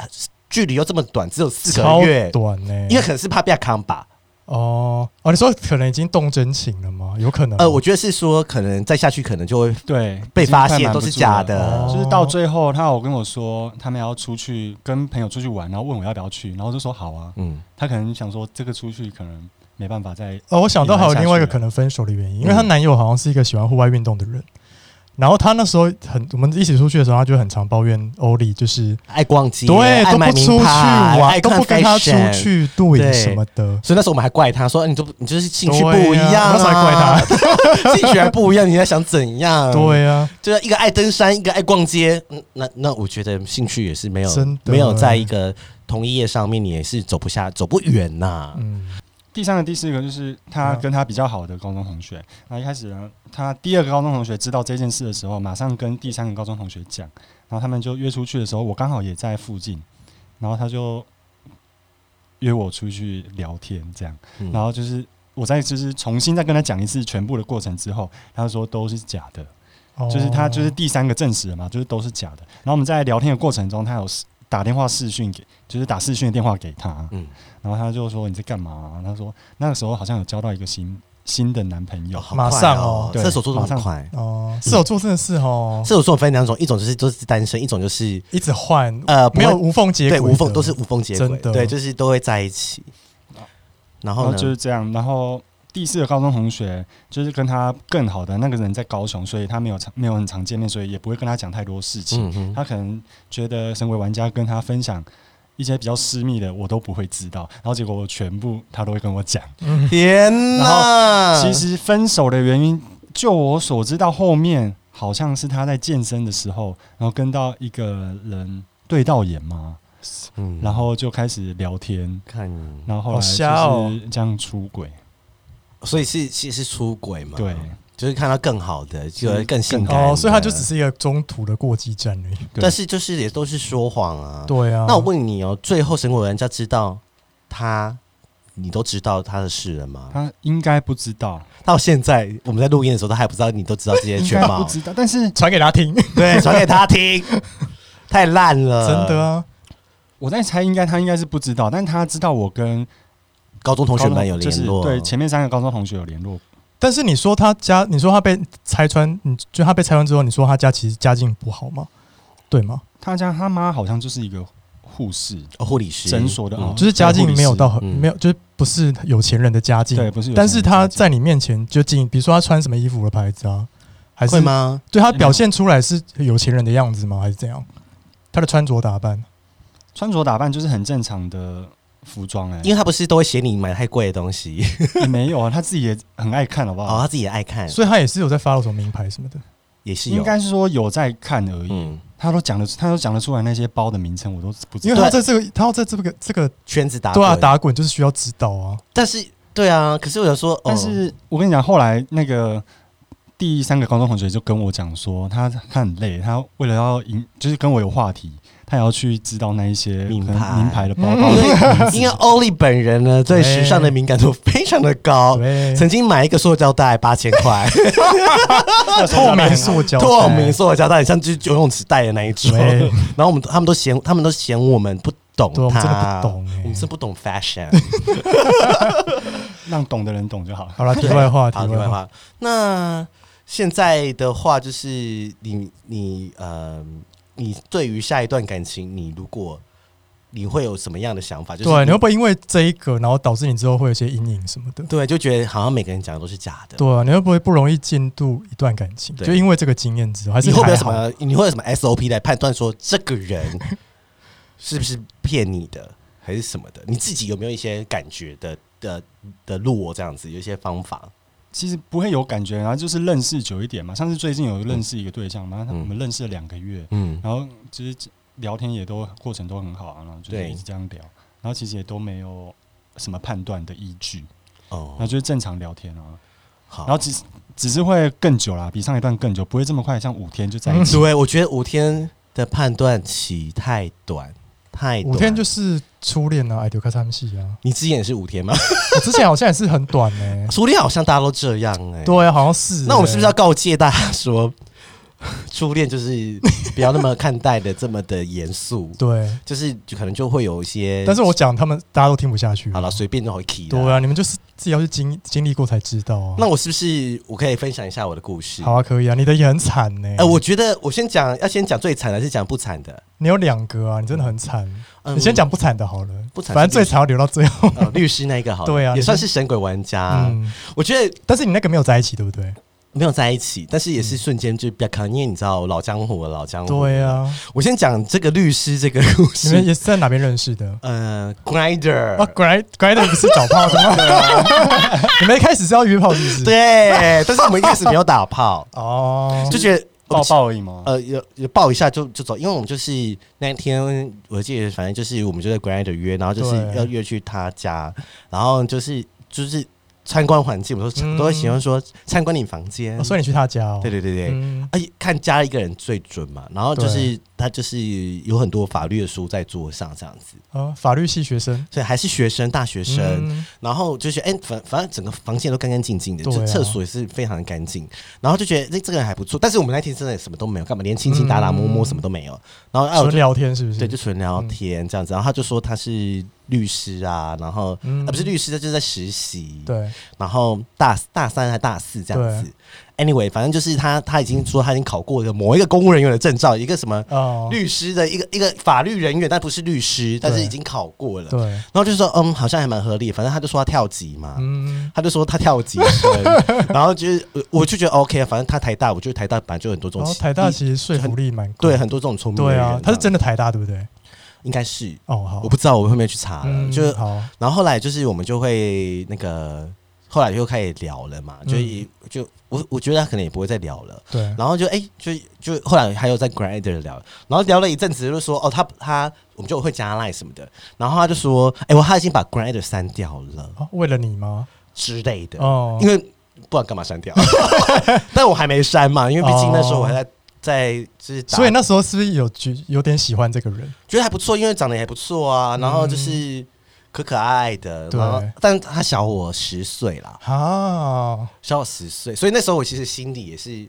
A: 距离又这么短，只有四
B: 超
A: 个月，
B: 短呢、
A: 因为可能是怕被他扛吧。
B: 哦哦，你说可能已经动真情了吗？有可能吗，
A: 呃，我觉得是说可能再下去可能就会
C: 对，
A: 被发
C: 已经快
A: 现
C: 瞒
A: 都
C: 不
A: 是
C: 住
A: 假
C: 了。
A: 的
B: 哦。
C: 就是到最后，他有跟我说，他们要出去跟朋友出去玩，然后问我要不要去，然后我就说好啊。
A: 嗯，
C: 他可能想说，这个出去可能没办法再
B: 哦，我想到还有另外一个可
C: 隐瞒下去了
B: 能分手的原因，因为她男友好像是一个喜欢户外运动的人，然后她那时候很，我们一起出去的时候，她就很常抱怨欧丽就是
A: 爱逛街，
B: 对
A: 爱
B: 都
A: 买
B: 不
A: 名
B: 出去
A: 牌
B: 玩，
A: 爱
B: 都
A: 看
B: 不跟她出
A: fashion。
B: 去露
A: 对
B: 营什么的，
A: 所以那时候我们还怪他说：“啊你都你就是兴趣
B: 对啊
A: 不一样、啊，
B: 那时候还怪 他，
A: 兴趣还不一样，你还想怎样？，
B: 对啊，
A: 就是一个爱登山，一个爱逛街。嗯，那那我觉得兴趣也是没有
B: 真的
A: 没有在一个同一页上面，你也是走不下走不远呐、
B: 嗯，
C: 第三个、第四个就是他跟他比较好的高中同学。那一开始呢，他第二个高中同学知道这件事的时候，马上跟第三个高中同学讲，然后他们就约出去的时候，我刚好也在附近，然后他就约我出去聊天，这样，
A: 嗯
C: 然后就是我再就是重新再跟他讲一次全部的过程之后，他说都是假的，
B: 哦
C: 就是他就是第三个证实了嘛，就是都是假的。然后我们在聊天的过程中，他有打电话视讯给，就是打视讯的电话给他，
A: 嗯
C: 嗯，然后他就说你在干嘛、他说那个时候好像有交到一个新新的男朋友
A: 哦，好
B: 马
A: 快
B: 上
A: 哦
B: 哦，
C: 对
A: 射手座都
C: 马
A: 很
C: 上
A: 快。
B: 哦，射手座真的是哦，
A: 射手座分两种，一种就是都是单身，一种就是
B: 一直换，
A: 呃不
B: 没有
A: 会
B: 无缝接轨
A: 对
B: 的，
A: 无缝都是无缝接轨，
B: 真的
A: 对，就是都会在一起。然
C: 然
A: 后
C: 后
A: 呢？
C: 就是这样，然后。第四个高中同学就是跟他更好的那个人在高雄，所以他没有常没有很常见面，所以也不会跟他讲太多事情。
A: 嗯哼
C: 他可能觉得身为玩家跟他分享一些比较私密的，我都不会知道。然后结果我全部他都会跟我讲。
B: 嗯，
A: 天呐！
C: 其实分手的原因，就我所知，到后面好像是他在健身的时候，然后跟到一个人对到眼嘛，
A: 嗯，
C: 然后就开始聊天，
A: 看你，
C: 然后后
B: 好
C: 来
B: 瞎哦
C: 就是这样出轨。
A: 所以是其实是出轨嘛？
C: 对，
A: 就是看到更好的，就
C: 嗯
A: 更性感的。
B: 哦，所以他就只是一个中途的过激战而已，
C: 对
A: 但是就是也都是说谎啊。
B: 对啊，
A: 那我问你哦，最后神鬼玩家知道他，你都知道他的事了吗？
C: 他应该不知道，
A: 到现在我们在录音的时候，他还不知道你都知道这些
C: 应
A: 全
C: 该不
A: 貌，
C: 知道，但是
B: 传给他听，
A: 对，传给他 听，太烂了，
B: 真的。啊，
C: 我在猜，应该他应该是不知道，但他知道我跟
A: 高中同
C: 高
A: 学
C: 中
A: 们有联络，哦
C: 就是对前面三个高中同学有联络，
B: 但是你说他家，你说他被拆穿，你就他被拆穿之后，你说他家其实家境不好吗？对吗？
C: 他家他妈好像就是一个护士，
A: 哦护理师
C: 诊所的
A: 嗯
C: 哦
B: 就是家境没有到很
A: 嗯
B: 没有，就是不是有钱人的家境。
C: 对，不是有钱
B: 但
C: 人的家境，
B: 是他在你面前就进，比如说他穿什么衣服的牌子啊，还是
A: 会？吗？
B: 对他表现出来是有钱人的样子吗？还是怎样？他的穿着打扮，
C: 穿着打扮就是很正常的服装哎、
A: 因为他不是都会嫌你买太贵的东西，
C: 也没有啊，他自己也很爱看，好不
A: 哦，
C: 好？
A: 他自己也爱
C: 嗯
A: 看，
B: 所以他也是有在发了什么名牌什么的。
A: 也是
C: 应
A: 有，
C: 该是说有在看而已。
A: 嗯，
C: 他都讲的，他都讲得出来那些包的名称，我都不知
B: 因
C: 道。
B: 为他在这个，他要在这个这个
A: 圈子打
B: 对啊
A: 滚，
B: 打滚，就是需要指导啊。
A: 但是对啊，可是我有说，哦
C: 但是我跟你讲，后来那个第三个高中同学就跟我讲说，他他很累，他为了要赢，就是跟我有话题，他也要去知道那一些
A: 名
C: 可能
A: 牌
C: 名牌的包包
A: 哦因。 为 因为欧丽本人呢，对时尚的敏感度非常的
C: 哦
A: 高，
B: 对，
A: 曾经买一个塑胶袋八千 块，
B: 透明塑胶袋
A: 透明塑胶袋，像就是游泳池带的那一种。
B: 对
A: 然后我们他们都嫌他们都嫌我们不懂
B: 对我们真的
A: 它，
B: 不
C: 啊
B: 懂欸
A: 我们真不懂 fashion。
C: 让懂的人懂就好。
B: 好了，题外话，题
A: 好，另
B: 外
A: 外
B: 话，
A: 话，那现在的话就是你你呃，你对于下一段感情，你如果你会有什么样的想法？就是
B: 对，你会不会因为这一个，然后导致你之后会有一些阴影什么的？
A: 对，就觉得好像每个人讲的都是假的。
B: 对啊，你会不会不容易进入一段感情？
A: 对
B: 就因为这个经验之后，还是
A: 你会不会有
B: 还
A: 什
B: 好？
A: 么？你会有什么 SOP 来判断说这个人是不是骗你的，还是什么的？你自己有没有一些感觉的的的路哦？这样子有一些方法？
C: 其实不会有感觉，然后就是认识久一点嘛。像是最近有认识一个对象嘛，他我们认识了两个月，
A: 嗯，
C: 然后其实聊天也都过程都很好啊，然后就是
A: 对
C: 一直这样聊，然后其实也都没有什么判断的依据，然后
A: 哦，
C: 就是正常聊天啊，
A: 好。
C: 然后只是只是会更久啦，比上一段更久，不会这么快，像五天就在一 起。
A: 对，我觉得五天的判断期太短，太短
B: 五天就是初恋啊，爱丢开他们戏啊。
A: 你之前也是五天吗？
B: 我之前好像也是很短呢、
A: 初恋好像大家都这样哎、
B: 对啊，好像是欸、，
A: 那我们是不是要告诫大家说， 初恋就是不要那么看待的这么的严肃
B: 对？
A: 就是就可能就会有一些。
B: 但是我讲他们大家都听不下去。
A: 好了，，随便就好 key
B: 对啊，你们就是自己要去经经历过才知道啊。
A: 那我是不是我可以分享一下我的故事？
B: 好啊，可以啊，你的也很惨呢、
A: 呃，我觉得我先讲，要先讲最惨的，还是讲不惨的？
B: 你有两个啊，你真的很惨。
A: 嗯
B: 你先讲不惨的好了，
A: 不惨
B: 反正
A: 是律
B: 最
A: 师
B: 惨要留到最后。
A: 呃律师那一个好了，
B: 对啊
A: 也
B: 你
A: 算
B: 是
A: 是神鬼玩家。
B: 嗯，
A: 我觉得
B: 但是你那个没有在一起，对不对？
A: 没有在一起，但是也是瞬间就比较看，因为你知道老江湖了，老江湖。
B: 嗯对啊，
A: 我先讲这个律师这个故
B: 你们
A: 事，
B: 也是在哪边认识的？
A: 呃，Grinder，、
B: 啊，果然果然你不是找炮的 吗？ 你们一开始是要约炮是不是？，
A: 对，但是我们一开始没有打炮，
B: 哦，
A: 就觉得
C: 抱抱而已嘛，
A: 呃，有有抱一下就就走，因为我们就是那天我记得，反正就是我们就在 Grinder 约，然后就是
B: 对
A: 要约去他家，然后就是就是参观环境，我说、
B: 嗯
A: 都会喜欢说参观你房间，
B: 哦所以你去他家哦。
A: 对对对对，
B: 嗯，
A: 而且看家一个人最准嘛，然后就是他就是有很多法律的书在桌上这样子，
B: 啊，法律系学生，
A: 所以还是学生大学生，
B: 嗯
A: 然后就觉得哎、反反正整个房间都干干净净的，
B: 对啊
A: 就厕所也是非常干净，然后就觉得哎这这个人还不错，但是我们那天真的什么都没有，干嘛连亲亲打打摸摸
B: 嗯
A: 什么都没有，然后哎、我
B: 纯
A: 就
B: 聊天是不是？
A: 对就纯聊天这样子，然后他就说他是律师啊，然后。
B: 嗯
A: 啊，不是律师，他就是在实习，
B: 对，
A: 然后大大三还大四这样子。Anyway，反正就是他，他已经说他已经考过的某一个公务人员的证照，一个什么
B: 哦，
A: 律师的一个一个法律人员，但不是律师，但是已经考过了。
B: 对，
A: 然后就说，嗯，好像还蛮合理。反正他就说他跳级嘛，
B: 嗯，
A: 他就说他跳级 生，然后就是我我就觉得 OK 啊，反正他台大，我觉得台大本来就有很多这
B: 然
A: 种
B: 后
A: 奇
B: 哦台大其实说服力蛮高
A: 对，很多这种聪明的
B: 对
A: 人
B: 啊，他是真的台大对不对？
A: 应该是
B: 哦，好
A: 我，不知道，我后面去查了，
B: 嗯
A: 就是
B: 好，
A: 然后后来就是我们就会那个。后来就开始聊了
B: 嗯
A: 嘛，就一、就我我觉得他可能也不会再聊了，
B: 对，
A: 然后就哎、就就后来还有在 Grinder 聊，然后聊了一阵子，就说哦，他他我们就会加 line 什么的，然后他就说，哎、我他已经把 Grinder 删掉了
B: 啊为了你吗？
A: 之类的，
B: 哦
A: 因，为不然干嘛删掉？ 但我还没删嘛，因为毕竟那时候我还在在就是打，
B: 哦所以那时候是不是有觉有点喜欢这个人？
A: 觉得还不错，因为长得也还不错啊，然后就是可可爱爱的，
B: 嗯对
A: 然后但他小我十岁啦，
B: 啊，
A: 小我十岁，所以那时候我其实心里也是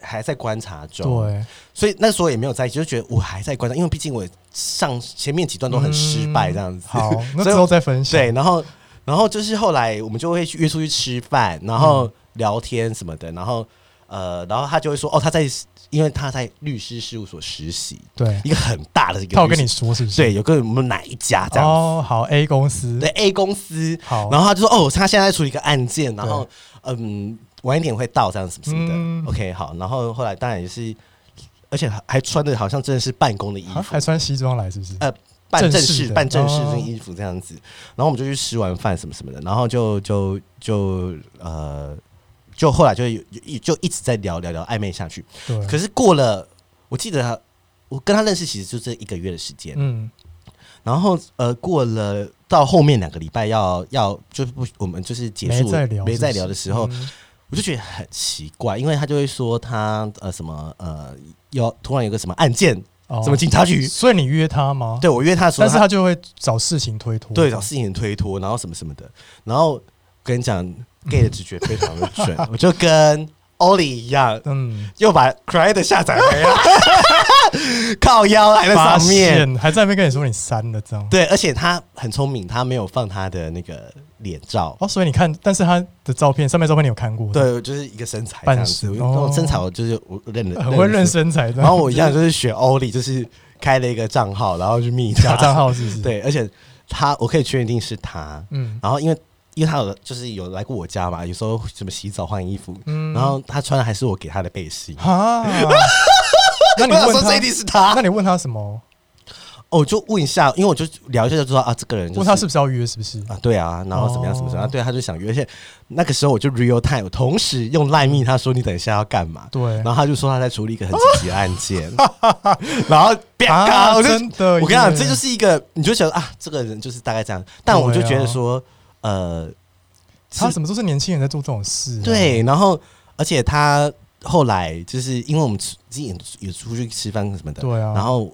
A: 还在观察中，
B: 对，
A: 所以那时候也没有在一起，就觉得我还在观察，因为毕竟我上前面几段都很失败这样子。，
B: 嗯好 那
A: 所
B: 之
A: 以
B: 后再分享。嗯
A: 对，然后然后就是后来我们就会去约出去吃饭，然后聊天什么的，然后呃，然后他就会说哦，他在因为他在律师事务所实习，
B: 对，
A: 一个很大的一个，
B: 他有跟你说是不是？
A: 对，有跟我们哪一家这样子，
B: 哦，好 A 公司，
A: 对 A 公司，
B: 好，
A: 然后他就说：“哦，他现在在处理一个案件，然后嗯，晚一点会到这样什么什么的。
B: 嗯
A: OK，好。然后后来当然也是，而且还还穿的好像真的是办公的衣
B: 啊
A: 服
B: 还，穿西装来是不是？
A: 呃，办正
B: 正式
A: 式
B: 的
A: 办正式
B: 哦
A: 的衣服这样子。然后我们就去吃完饭什么什么的，然后就就就呃，就后来就有有就一直在聊聊聊暧昧下去。
B: 对，
A: 可是过了，我记得他我跟他认识其实就这一个月的时间，
B: 嗯，
A: 然后呃，过了到后面两个礼拜要要就是不我们就是结束
B: 没在聊，
A: 没
B: 是不
A: 在
B: 是
A: 聊的时候，
B: 嗯
A: 我就觉得很奇怪，因为他就会说他呃什么呃要突然有个什么案件，
B: 哦
A: 什么警察局，
B: 所以你约他吗？，
A: 对我约他说
B: 但是他就会找事情推脱，
A: 对找事情推脱，然后什么什么的，然后跟你讲 gay 的直觉非常的 准，我就跟 Ollie 一样。
B: 嗯，
A: 又把 Cry 的下载回来， 靠腰还在
B: 发
A: 上面，
B: 现还在那边跟你说你删了这样，
A: 对，而且他很聪明，他没有放他的那个脸照，
B: 哦，所以你看，但是他的照片上面照片你有看过，，
A: 对，就是一个身材这样子，
B: 半
A: 我
B: 熟
A: 那种
B: 哦
A: 身材我就是我认 得，
B: 很会认
A: 得出。
B: 身材的，
A: 然后我一样就是学欧丽，就是开了一个账号，然后去密
B: 假账，号是不是？，
A: 对，而且他我可以确定是他。
B: 嗯
A: 然后因为因为他有就是有来过我家嘛，有时候什么洗澡换衣服，
B: 嗯
A: 然后他穿的还是我给他的背心。
B: 哈，
A: 我
B: 那你
A: 想
B: 问
A: 说这一
B: 他，
A: 定是他
B: 那，你问他什么？
A: 哦，我就问一下，因为我就聊一下就知道啊，这个人就
B: 问他是不是要约？是不是？
A: 啊，对啊，然后怎么样
B: 哦
A: 怎么样，啊对，他就想约，而且那个时候我就 real time，我同时用赖密他说你等一下要干嘛，
B: 对
A: 然后他就说他在处理一个很紧急的案 件，然后啪
B: 啊，
A: 我就
B: 真的耶，啊
A: 我跟你讲，这就是一个你就觉得啊，这个人就是大概这样，但我就觉得说，呃，
B: 他
A: 是
B: 什么都是年轻人在做这种事、啊，
A: 对，然后而且他后来就是因为我们出自己也出去吃饭什么的，
B: 对啊，
A: 然后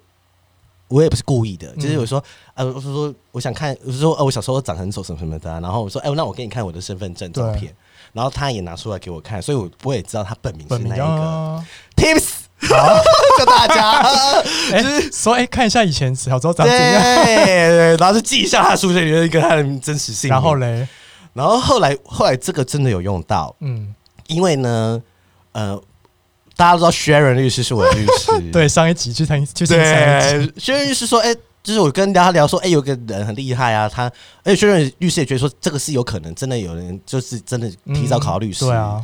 A: 我也不是故意的，就是
B: 嗯
A: 我说，呃，我说说我想看，我说，呃，我小时候长很丑什么什么的啊、然后我说，哎、那我给你看我的身份证照
B: 对
A: 片，然后他也拿出来给我看，所以我我也知道他本名是
B: 本名
A: 哪一个。
B: 啊，
A: Tips，教 大家，
B: 哎、说哎、看一下以前小时候 长
A: 对
B: 怎样，
A: 对，然后就记一下他的书这里面跟他的真实性。
B: 然后，嘞，
A: 然后后来后来这个真的有用到，
B: 嗯，，
A: 因为呢，呃，大家都知道 Sharon 律师是我的律师
B: 对，上一集去听去听上一集，
A: 对，薛仁律师说，哎、就是我跟大家聊说，哎、有个人很厉害啊，他，而且薛仁律师也觉得说，这个是有可能真的有人就是真的提早考到律师，
B: 嗯对啊，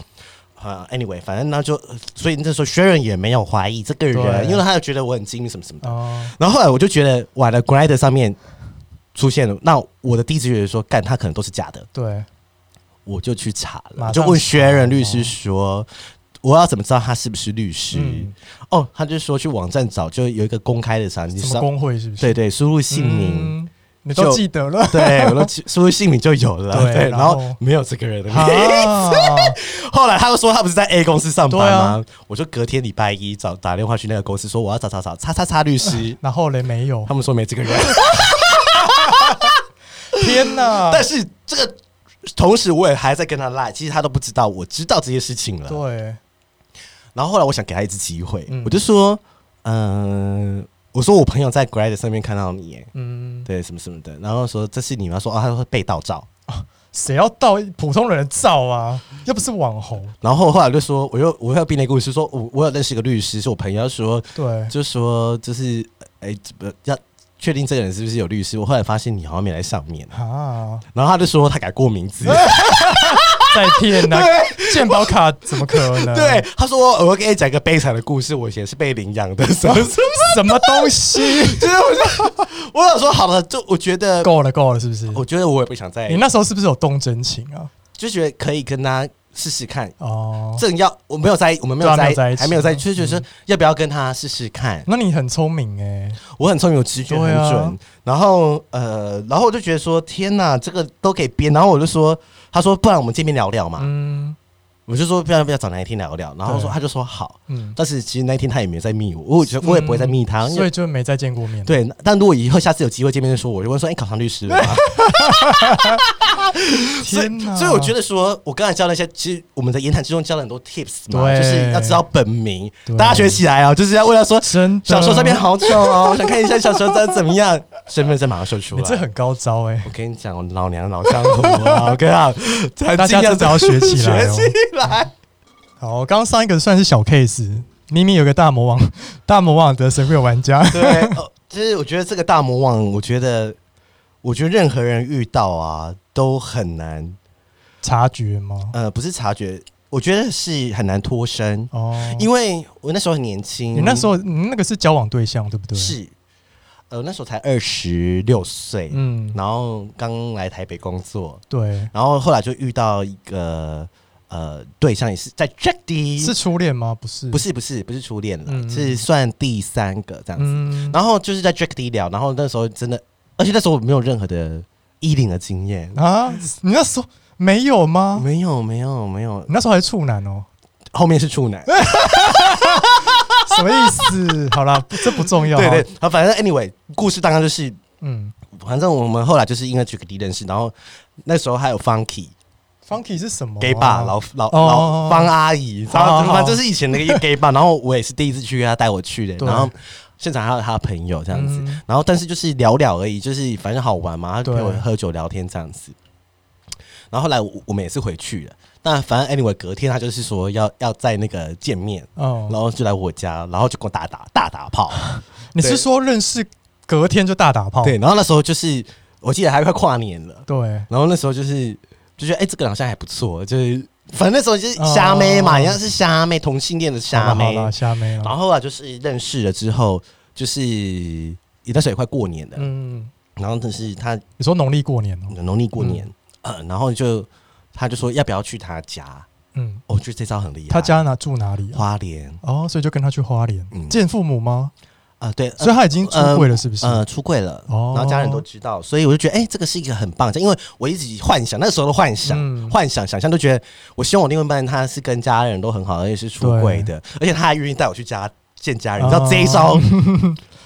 A: 啊，anyway，反正那就，所以那时候薛仁也没有怀疑这个人，
B: 对
A: 因为他就觉得我很精明什么什么的。
B: 哦，
A: 然后后来我就觉得，哇，的 Grinder 上面出现了，那我的第一直觉得说，干，他可能都是假的，
B: 对，
A: 我就去查了，
B: 马
A: 我
B: 上
A: 就问薛仁律
B: 查
A: 师说。
B: 哦
A: 我要怎么知道他是不是律师？
B: 嗯，
A: 哦，他就说去网站找，就有一个公开的查，你
B: 什
A: 上
B: 么工会是不是？
A: 对对，输入姓名，
B: 嗯，你都记得了
A: 对我都记输入姓名就有了。
B: 对
A: 对，
B: 然
A: 然后
B: 后
A: 没有这个人的名
B: 啊
A: 字。？ 后来他又说他不是在 A 公司上班
B: 对
A: 吗
B: 啊？，
A: 我就隔天礼拜一找打电话去那个公司说我要找找找叉叉叉律师
B: 然后嘞，没有
A: 他，们说没这 个人。
B: 天哪！
A: 但是这个同时我也还在跟他赖，其实他都不知道我知道这些事情了。
B: 对，
A: 然后后来我想给他一次机会
B: 嗯，
A: 我就说，嗯，我说我朋友在 Grad 上面看到你耶。
B: 嗯，
A: 对，什么什么的，然后说这是你吗？说哦，他说被盗照，
B: 谁要盗普通人的照啊？又不是网红，
A: 然后后来我就说，我又我又病那个故事说，我我有认识一个律师，是我朋友说，
B: 对，
A: 就说就是哎，怎么要确定这个人是不是有律师？我后来发现你好像没来上面，
B: 啊，
A: 然后他就说他改过名 字，
B: 再骗呐，鉴宝卡怎么可能？
A: 对，，他说我给你讲一个悲惨的故事，我以前是被领养的， 什么什么，
B: 什么 东西？
A: 就是我就我想说好了，就我觉得，
B: 够了，够了，是不是？
A: 我觉得我也不想再
B: 哦你，那时候是不是有动真情啊？
A: 就觉得可以跟他试试看。
B: 哦，
A: 正要我啊没有在，我们没
B: 对
A: 有
B: 啊没有在
A: 在，
B: 一起嗯
A: 还没有在，就是觉得说要不要跟他试试看？
B: 那你很聪明哎、
A: 我很聪明，我直觉很
B: 对啊
A: 准。然后呃，然后我就觉得说，天哪，这个都可以编。然后我就说，他说不然我们见面聊聊嘛。
B: 嗯
A: 我就说不要不要找哪一天聊聊。然后说
B: 对
A: 他就说好，
B: 嗯，
A: 但是其实那一天他也没有在密我，我觉得我也不会再密他，因
B: 所
A: 为
B: 以就没再见过面。，
A: 对。但如果以后下次有机会见面的时候，我就问说，哎、考上律 师了吗？所
B: 天
A: 以
B: 哪！
A: 所以我觉得说，我刚才教那些，其实我们的言谈之中教了很多 tips 嘛，
B: 对
A: 就是要知道本名，
B: 对
A: 大家学起来哦，就是要为了说。
B: 真的
A: 小时候这
B: 嗯
A: 边，好丑哦，我想看一下小时候长怎么样，身份证马上秀出来。
B: 你这很高招 哎、
A: 我跟你讲，我老娘老江湖啊！我跟你讲，
B: 大家
A: 尽量
B: 真的要学起来哦
A: 学起来，
B: 好，刚刚上一个算是小 case，明明有个大魔王，大魔王的神会玩家，
A: 对，哦其实我觉得这个大魔王，我觉得，我觉得任何人遇到啊都很难，
B: 察觉吗？
A: 呃，不是察觉，我觉得是很难脱身，
B: 哦，
A: 因为我那时候很年轻，
B: 你那时候你那个是交往对象对不
A: 嗯
B: 对？，
A: 是，呃，那时候才二十六岁，
B: 嗯，
A: 然后刚来台北工作，
B: 对，
A: 然后后来就遇到一个呃对象，也是在 Jack D，
B: 是初恋吗？不是，
A: 不，是不是不是初恋了，
B: 嗯
A: 是算第三个这样子。
B: 嗯，
A: 然后就是在 Jack D 聊，然后那时候真的，而且那时候我没有任何的衣领的经验，
B: 啊，你那时候没有吗？
A: 没有没有没有
B: 你，那时候还是处 男哦，
A: 后面是处男，
B: 哎什么意思？好啦，不这不重要，啊
A: 对对，，好，反正 anyway，故事大纲就是，
B: 嗯
A: 反正我们后来就是因为 Jack D 认识，然后那时候还有 Funky。
B: ，Funky 是什么啊
A: gay 爸老老
B: 哦
A: 老方阿姨，然
B: 好
A: 后
B: 好
A: 反正就是以前那个 gay 爸，然后我也是第一次去，他带我去的，
B: 对
A: 然后现场还有他的朋友这样子
B: 嗯，
A: 然后但是就是聊聊而已，就是反正好玩嘛，他就陪我
B: 对
A: 喝酒聊天这样子。然后后来我我们也是回去了，但反正 anyway 隔天他就是说要要在那个见面，然
B: 哦，
A: 后就来我家，然后就跟我打打大打炮，
B: 你是说认识隔天就大打炮？
A: 对，然后那时候就是我记得还快跨年了，
B: 对，
A: 然后那时候就是就觉得哎、这个人好像还不错，就是反正那时候就是虾妹嘛，
B: 哦
A: 一样是虾妹，同性恋的虾
B: 好
A: 妹。
B: 了
A: 然
B: 虾妹
A: 后
B: 了，
A: 后来就是认识了之后，就是也那时候也快过年了，
B: 嗯，
A: 然后就是他
B: 你说农历过年哦，
A: 农历过年，呃然后就他就说要不要去他家，哦
B: 嗯，
A: 我觉得这招很厉害。
B: 他家哪住哪里啊？
A: 花莲
B: 哦，所以就跟他去花莲
A: 嗯
B: 见父母吗？
A: 啊、对，呃
B: 所以他已经出柜了，是不是？
A: 呃，出柜了，
B: 哦
A: 然后家人都知道，所以我就觉得，哎、这个是一个很棒的，因为我一直幻想，那时候的幻想，
B: 嗯
A: 幻想想象都觉得，我希望我另外一半他是跟家人都很好，而且是出柜的，而且他还愿意带我去家见家人，你知道
B: 哦
A: 这一招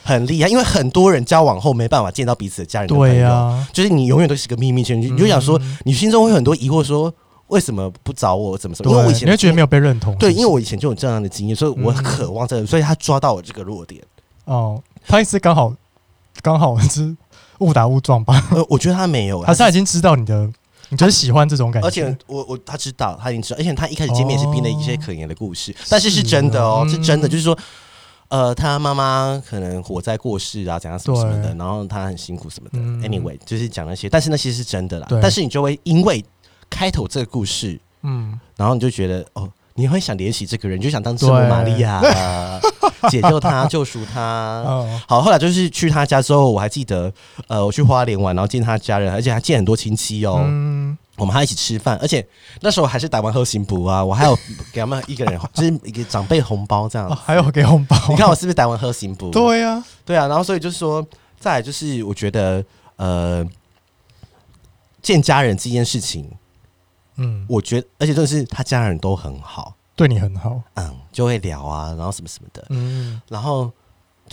A: 很厉害，因为很多人交往后没办法见到彼此的家人的朋友，
B: 对呀，嗯
A: 就是你永远都是个秘密圈，你就想说，你心中会有很多疑惑说为什么不找我，怎么怎么？因为我以
B: 对，
A: 前
B: 你会觉得没有被认同，
A: 对，
B: 是不
A: 因
B: 是
A: 为我以前就有这样的经验，所以我
B: 嗯
A: 渴望这个，所以他抓到我这个弱点。
B: 哦，他是刚好刚好 是误打误撞吧，
A: 呃，我觉得他没有，
B: 还是他已经知道你的，你就是喜欢这种感觉，
A: 而且我我他知道，他已经知道，而且他一开始见面也是编了一些可怜的故事，但是是真的哦，
B: 嗯
A: 是真的，就是说。呃，他妈妈可能火灾过世啊，怎样什么什么的，
B: 对
A: 然后他很辛苦什么的。
B: 嗯
A: anyway，就是讲那些，但是那些是真的啦
B: 对。
A: 但是你就会因为开头这个故事，
B: 嗯，
A: 然后你就觉得哦，你会想联系这个人，你就想当圣母玛利亚， 解救他，救赎他。
B: 哦，
A: 好，后来就是去他家之后，我还记得，呃，我去花莲玩，然后见他家人，而且还见很多亲戚哦。
B: 嗯，
A: 我们还一起吃饭，而且那时候还是台湾喝行不啊，我还有给他们一个 人，就是一个长辈红包这样
B: 哦。还有给红包，
A: 啊你 看我是不是台湾喝行不？
B: 对呀，
A: 对啊，然后所以就是说，再来就是我觉得呃，见家人这件事情，
B: 嗯，
A: 我觉得而且真的是他家人都很好，
B: 对你很好，
A: 嗯，就会聊啊，然后什么什么的，
B: 嗯，
A: 然后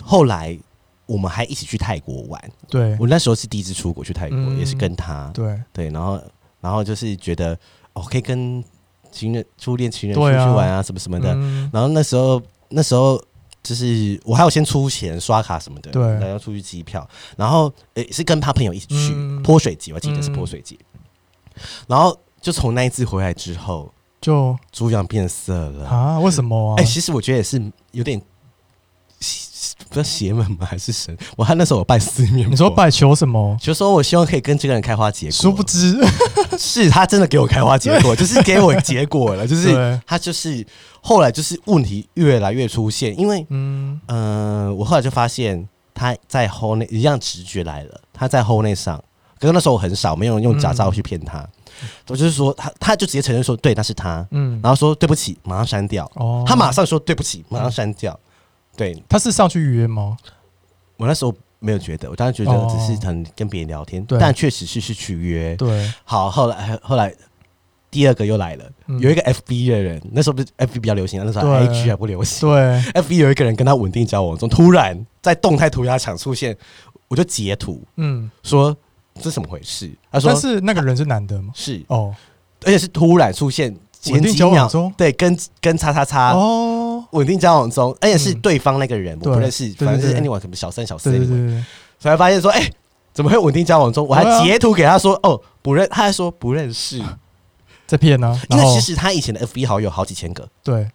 A: 后来我们还一起去泰国玩，
B: 对
A: 我那时候是第一次出国去泰国，
B: 嗯
A: 也是跟他，
B: 对，
A: 对，然后然后就是觉得哦，可以跟情人、初恋情人出
B: 对
A: 去
B: 啊
A: 玩啊，什么什么的。
B: 嗯
A: 然后那时候那时候就是我还有先出钱刷卡什么的，
B: 对
A: 然后出去机票，然后呃是跟他朋友一起去、
B: 嗯
A: 泼水节，我记得是泼
B: 嗯
A: 水节。然后就从那一次回来之后，
B: 就
A: 猪羊变色了。哎、
B: 啊，为什么啊？
A: 其实我觉得也是有点。不知道邪门吗？还是神？我还那时候我拜四面佛，
B: 你说拜求什么？
A: 就说我希望可以跟这个人开花结果，
B: 殊不知，
A: 是他真的给我开花 结果，就是给我结果了，就是
B: 对
A: 他就是后来就是问题越来越出现，因为
B: 嗯，
A: 嗯、呃我后来就发现他在 h o 内一样直觉来了，他在 h o 内上，可是那时候我很少没有用假照去骗他，我就是说他他就直接承认说对那是他，
B: 嗯，
A: 然后说对不起马上删掉，
B: 哦
A: 他马上说对不起马上删掉，对
B: 他是上去预约吗？
A: 我那时候。没有觉得，我当时觉得
B: 哦
A: 只是很跟别人聊天，
B: 对
A: 但确实是是去约，
B: 对，
A: 好，后来后来第二个又来了，
B: 嗯
A: 有一个 FB 的人，那时候不是 FB 比较流行，啊那时候
B: 对
A: IG 还不流行。
B: 对，
A: FB 有一个人跟他稳定交往中，突然在动态涂鸦墙出现，我就截图
B: 嗯，
A: 说这怎么回事？他说
B: 但是那个人是男的吗？
A: 是，
B: 哦
A: 而且是突然出现前
B: 稳定
A: 几
B: 交往
A: 秒
B: 中，
A: 对，跟跟叉叉叉
B: 哦，
A: 稳定交往中，而且是
B: 嗯
A: 对方那个人，我不
B: 对
A: 认识，
B: 对
A: 反正
B: 对
A: 是
B: 对
A: anyone 什么小三小四
B: 对对
A: anyone，
B: 对，
A: 才发现说，哎、怎么会稳定交往中？我还
B: 对啊
A: 截图给他说，哦，不认，他还说不认识。
B: 在骗呢、
A: 因
B: 然
A: 为
B: 后
A: 其实他以前的 FB 好友好几千个，
B: 对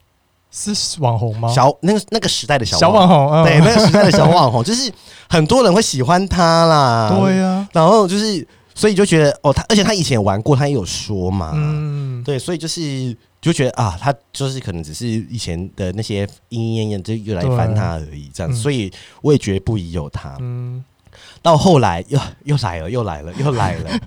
B: 是网红吗？
A: 小那个那个时代的小
B: 哦小网
A: 红，
B: 红，嗯、
A: 对那个时代的小网红， 就是很多人会喜欢他啦。
B: 对啊呀、
A: 然后就是，所以就觉得哦，他而且他以前也玩过，他也有说嘛，
B: 嗯，
A: 对，所以就是就觉得啊，他就是可能只是以前的那些莺莺燕燕就又来翻他而已，这样，
B: 嗯
A: 所以我也觉得不宜有他。
B: 嗯，
A: 到后来又又来了，又 来了，又来了，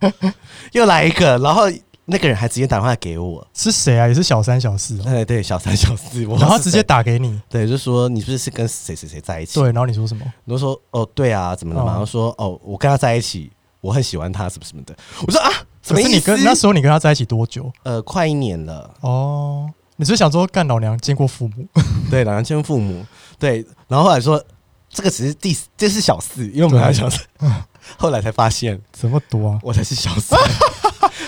A: 又来一个，然后那个人还直接打电话给我，
B: 是谁啊？也是小三小四、哦，
A: 哎，对，小三小四， 我
B: 然后
A: 是
B: 直接
A: 谁
B: 打给你，
A: 对，就说你是不是跟谁谁谁在一起？
B: 对，然后你说什么？
A: 我就说哦，对啊，怎么了嘛？
B: 哦
A: 然后说哦，我跟他在一起，我很喜欢他，什么什么的。我说啊，什
B: 可
A: 么
B: 是
A: 意
B: 你
A: 思
B: 跟？那时候你跟他在一起多久？
A: 呃，快一年了，
B: 哦，你是想说干老娘见过父母？
A: 对，两人见父母，对，然后后来说这个只是第四，这是小四，因为我们还有小四，后来才发现
B: 怎么 多啊？
A: 我才是小 四，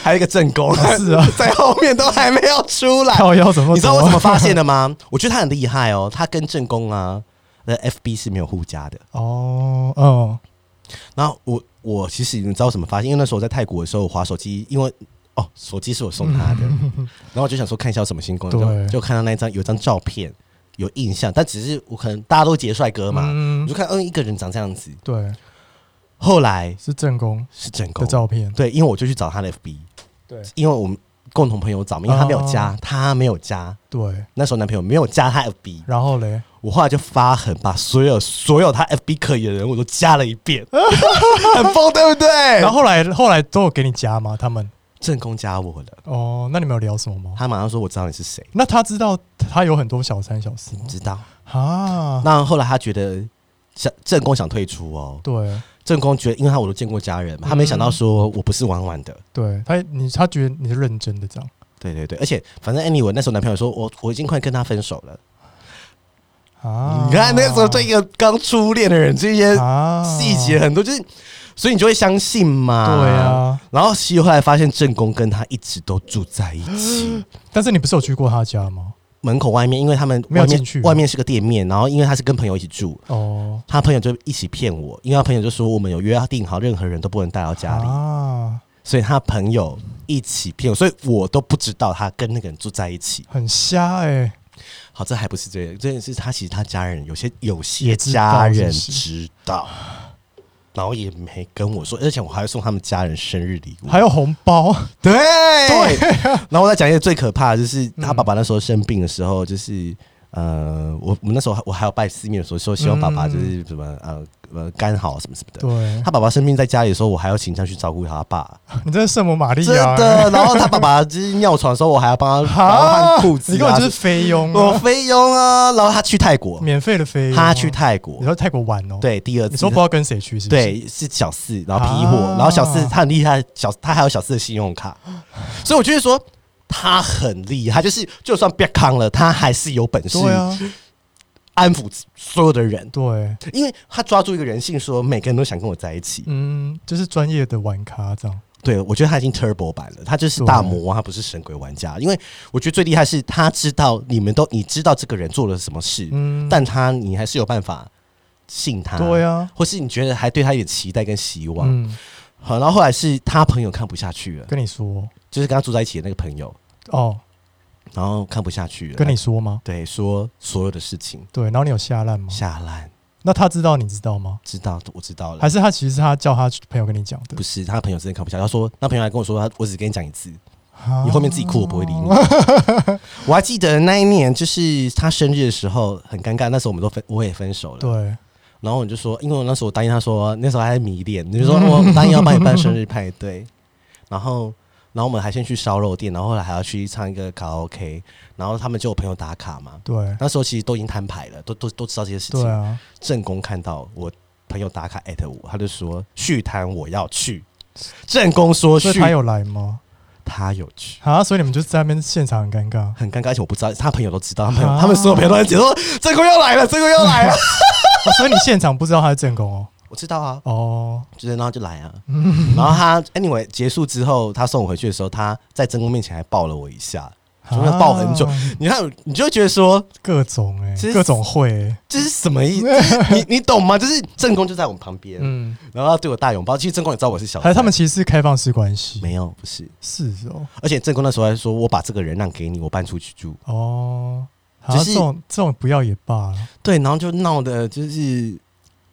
A: 还有一个正宫，
B: 是啊，
A: 在后面都还没有出来。
B: 靠腰怎么
A: 哎
B: 多啊？
A: 你知道我怎么发现的吗？我觉得他很厉害哦，他跟正宫啊的 FB 是没有互加的。
B: 哦，嗯，
A: 然后我我其实你知道我怎么发现？因为那时候我在泰国的时候，我滑手机，因为哦手机是我送 他的，然后我就想说看一下有什么新功能，
B: 对
A: 就就看到那一张有一张照片有印象，但只是我可能大家都杰帅哥嘛，我
B: 嗯
A: 就，看嗯一个人长这样子。
B: 对，
A: 后来
B: 是正宫
A: 是正宫
B: 的，照片，
A: 对，因为我就去找他的 FB，
B: 对
A: 因为我们共同朋友找嘛，因为他没有加，
B: 哦
A: 他没有加。
B: 对，
A: 那时候男朋友没有加他 FB，
B: 然后嘞，
A: 我后来就发狠，把所有所有他 FB 可以的人我都加了一遍，
B: 啊
A: 很疯，对不对？
B: 然后后来后来都有给你加吗？他们
A: 正宫加我了，
B: 哦，那你们有聊什么吗？
A: 他马上说我知道你是谁，
B: 那他知道他有很多小三小四吗
A: 你？知道。
B: 啊，
A: 那后来他觉得想正宫想退出哦，
B: 对
A: 正宫觉得因为他我都见过家人
B: 嗯
A: 嘛，他没想到说我不是玩玩的。
B: 对，他你他觉得你是认真的这样，
A: 对对对，而且反正 anyway，那时候男朋友说我我已经快跟他分手了。
B: 啊，
A: 你看那时候对一个刚初恋的人，这些
B: 啊
A: 细节很多，就是所以你就会相信嘛。
B: 对。啊，
A: 然后其实后来发现正宫跟他一直都住在一 起，
B: 但是你不是有去过他家吗？
A: 门口外面，因为他们
B: 没有
A: 外面
B: 进去
A: 外面是个店面，然后因为他是跟朋友一起住，
B: 哦，
A: 他朋友就一起骗我，因为他朋友就说我们有约定好，任何人都不能带到家里，
B: 啊，
A: 所以他朋友一起骗我，所以我都不知道他跟那个人住在一起。
B: 很瞎哎，
A: 好，这还不是这个，这件事他其实他家人有些有些
B: 也知道
A: 家人
B: 是不
A: 知道，然后也没跟我说，而且我还送他们家人生日礼物，
B: 还有红包，
A: 对对。然后我再讲一个最可怕的，就是他爸爸那时候生病的时候，就是。呃，我我们那时候还我还有拜寺庙的时候，说希望爸爸就是什么、呃呃肝好什么什么的。
B: 对
A: 他爸爸生病在家里的时候，我还要请假去照顾他爸，
B: 你真的圣母玛利
A: 真
B: 亚欸，
A: 的。然后他爸爸就是尿床的时候，我还要帮他帮他换裤子、啊，
B: 你根本就是菲佣
A: 我
B: 啊，
A: 菲佣啊。然后他去泰国，
B: 免费的菲佣啊，
A: 他去泰
B: 你
A: 国，
B: 说泰国玩哦，，
A: 对，第二
B: 你
A: 次
B: 说不知道跟谁去是不是？
A: 对是小四，然后批货，
B: 啊
A: 然后小四他很厉害，小他还有小四的信用卡，所以我就是说。他很厉害，就是就算变康了，他还是有本事
B: 对啊，
A: 安抚所有的人，
B: 对，
A: 因为他抓住一个人性说每个人都想跟我在一起。
B: 嗯，就是专业的玩咖这样，
A: 对，我觉得他已经 turbo 版了，他就是大魔王，他不是神鬼玩家。因为我觉得最厉害是他知道你们都你知道这个人做了什么事，
B: 嗯，
A: 但他你还是有办法信他，
B: 对啊，
A: 或是你觉得还对他有期待跟希望。
B: 嗯，
A: 好，然后后来是他朋友看不下去了，
B: 跟你说
A: 就是跟他住在一起的那个朋友，
B: 哦，
A: 然后看不下去了，
B: 跟你说吗？
A: 对说所有的事情
B: 对，然后你有下烂吗？
A: 下烂，
B: 那他知道你知道吗？
A: 知道我知道了
B: 还。是他其实是他叫他朋友跟你讲的
A: 不？是他朋友真的看不下去，他说那朋友还跟我说，他我只跟你讲一次，
B: 啊
A: 你后面自己哭，我不会理你。
B: 哦
A: 我还记得那一年，就是他生日的时候，很尴尬。那时候我们都分，我也分手了。
B: 对，
A: 然后我就说，因为我那时候我答应他说，那时候还在迷 恋，你就说哦我答应要帮你办生日派对，然后。然后我们还先去烧肉店，然后后来还要去唱一个卡拉 OK，然后他们就有朋友打卡嘛。
B: 对，
A: 那时候其实都已经摊牌了，都都都知道这些事情。
B: 对啊，
A: 正宫看到我朋友打卡艾特我，他就说续摊我要去。正宫说
B: 所以
A: 续
B: 他有来吗？
A: 他有去，
B: 啊，所以你们就在那边现场很尴尬，
A: 很尴尬，而且我不知道，他朋友都知道，他朋友、
B: 啊
A: 他们所有朋友都在解说正宫要来了，正宫要 来了。
B: 啊所以你现场不知道他是正宫哦，
A: 我知道啊，
B: 哦，
A: 就是然后就来啊，然后他 anyway 结束之后，他送我回去的时候，他在正宫面前还抱了我一下，就会抱很久
B: 啊。
A: 你看，你就会觉得说
B: 各种哎、
A: 其实
B: 各种会、欸，
A: 这是什么意 思？就是你你懂吗？就是正宫就在我们旁边，
B: 嗯，
A: 然后他对我大拥抱。其实正宫也知道我是小
B: 还
A: 三，
B: 是他们其实是开放式关系，
A: 没有不是。
B: 是哦，
A: 而且正宫那时候还说：“我把这个人让给你，我搬出去住。
B: 哦，好、
A: 只
B: 像
A: 是
B: 这种这种不要也罢了，”
A: 对，然后就闹的就是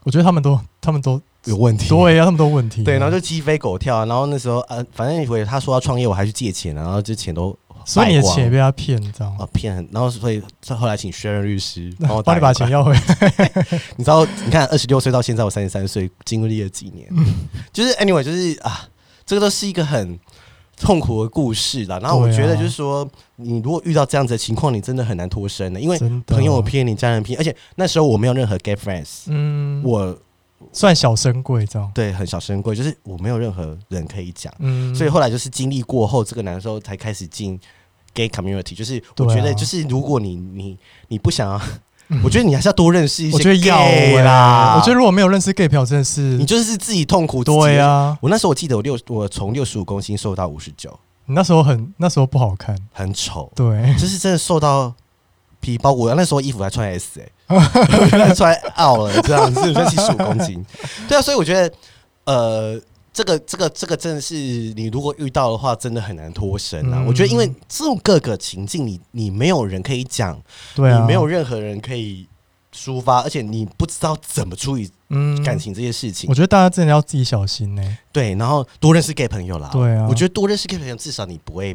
B: 我觉得他们都他们都
A: 有问题。
B: 对呀、他们都有问题啊、
A: 对，然后就鸡飞狗跳啊。然后那时候呃，反正我也他说要创业，我还去借钱，啊然后这钱都
B: 所以你
A: 败
B: 的
A: 光
B: 钱也被他骗，你知道吗
A: 啊？骗很。然后所以后来请薛仁律师帮我 打
B: 帮你
A: 一
B: 把
A: 把
B: 钱要回来，
A: 你知道，你看二十六岁到现在我三十三岁，经历了几年，
B: 嗯
A: 就是 anyway，就是啊，这个都是一个很痛苦的故事啦。然后我
B: 对啊
A: 觉得就是说，你如果遇到这样子的情况，你真的很难脱身的，因为
B: 真的
A: 朋友骗你，家人骗你，而且那时候我没有任何 gay friends，、
B: 嗯，
A: 我
B: 算小神贵这样，
A: 对很小声贵，就是我没有任何人可以讲，
B: 嗯，
A: 所以后来就是经历过后，这个难受才开始进 gay community，就是我
B: 对啊嗯
A: 觉得就是如果你你你不想要。我觉得你还是要多认识一些
B: 我觉得要、欸、
A: gay 啦。
B: 我觉得如果没有认识 gay 朋友，真的
A: 你
B: 是
A: 就是自己痛苦自己。
B: 对啊，
A: 我那时候我记得我六，我从六十五公斤瘦到五十九，
B: 你那时候很那时候不好看，
A: 很丑，
B: 对，
A: 就是真的瘦到皮包骨。我那时候衣服还穿 S 哎、欸，穿 L 了这样子，才七十五公 斤。对啊，所以我觉得，呃，这个这个这个真的是你如果遇到的话，真的很难脱身啊。
B: 嗯
A: 我觉得，因为这种各个情境，你你没有人可以讲，
B: 对啊，
A: 你没有任何人可以抒发，而且你不知道怎么处理
B: 嗯
A: 感。情这些事情。
B: 我觉得大家真的要自己小心呢、欸
A: 对，然后多认识 gay 朋友啦。
B: 对啊嗯
A: 我觉得多认识 gay 朋友，至少你不会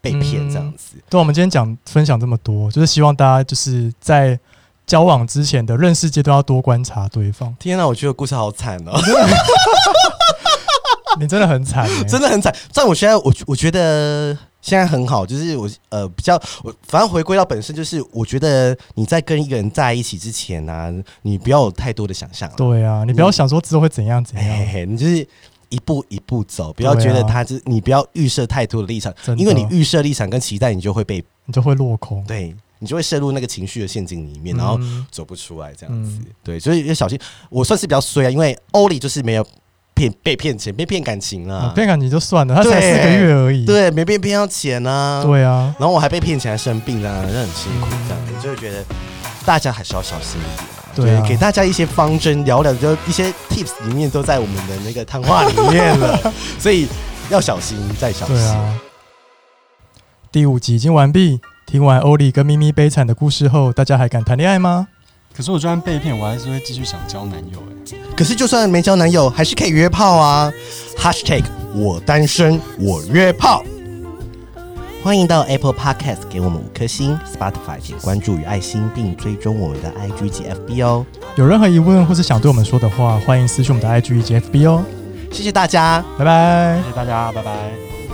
A: 被骗这样子。。
B: 对，我们今天讲分享这么多，就是希望大家就是在交往之前的认识阶段要多观察对方
A: 天啊哪，我觉得故事好惨哦，
B: 你真的很惨、欸，
A: 真的很惨。但我现在，我我觉得现在很好，就是我呃比较，我反正回归到本身，就是我觉得你在跟一个人在一起之前呢、啊，你不要有太多的想象啊。
B: 对啊，你不要想说之后会怎样怎
A: 嘿嘿
B: 样，
A: 嘿，你就是。一步一步走，不要
B: 对啊
A: 觉得他就是、你不要预设太多的立场，
B: 真的
A: 因为你预设立场跟期待，你就会被
B: 你就会落空。
A: 对你就会陷入那个情绪的陷阱里面，然后
B: 嗯
A: 走不出来这样子。
B: 嗯
A: 对，所以要小心。我算是比较衰啊，因为欧里就是没有骗被骗钱，被骗感情啊
B: 啊，骗感情就算了，他才
A: 对
B: 四个月而已。
A: 对，啊没被骗到钱啊。，
B: 对啊，
A: 然后我还被骗钱，还生病啊，那很辛苦
B: 嗯
A: 这样子，就会觉得大家还是要小心一点。
B: 对啊
A: 给大家一些方针，聊聊就一些 tips 里面都在我们的那个谈话里面 了，所以要小心再小心。
B: 对啊。第五集已经完毕。听完欧丽跟咪咪悲惨的故事后，大家还敢谈恋爱吗？
C: 可是我就算被骗，我还是会继续想交男友哎、
A: 可是就算没交男友，还是可以约炮啊。Hashtag 我单身，我约炮。欢迎到 Apple Podcast 给我们五颗星，Spotify 请关注与爱心，并追踪我们的 IG 及 FB 哦。
B: 有任何疑问或是想对我们说的话，欢迎私讯我们的 IG 以及 FB 哦。
A: 谢谢大家。
B: 拜拜
C: 谢。谢大家，拜拜。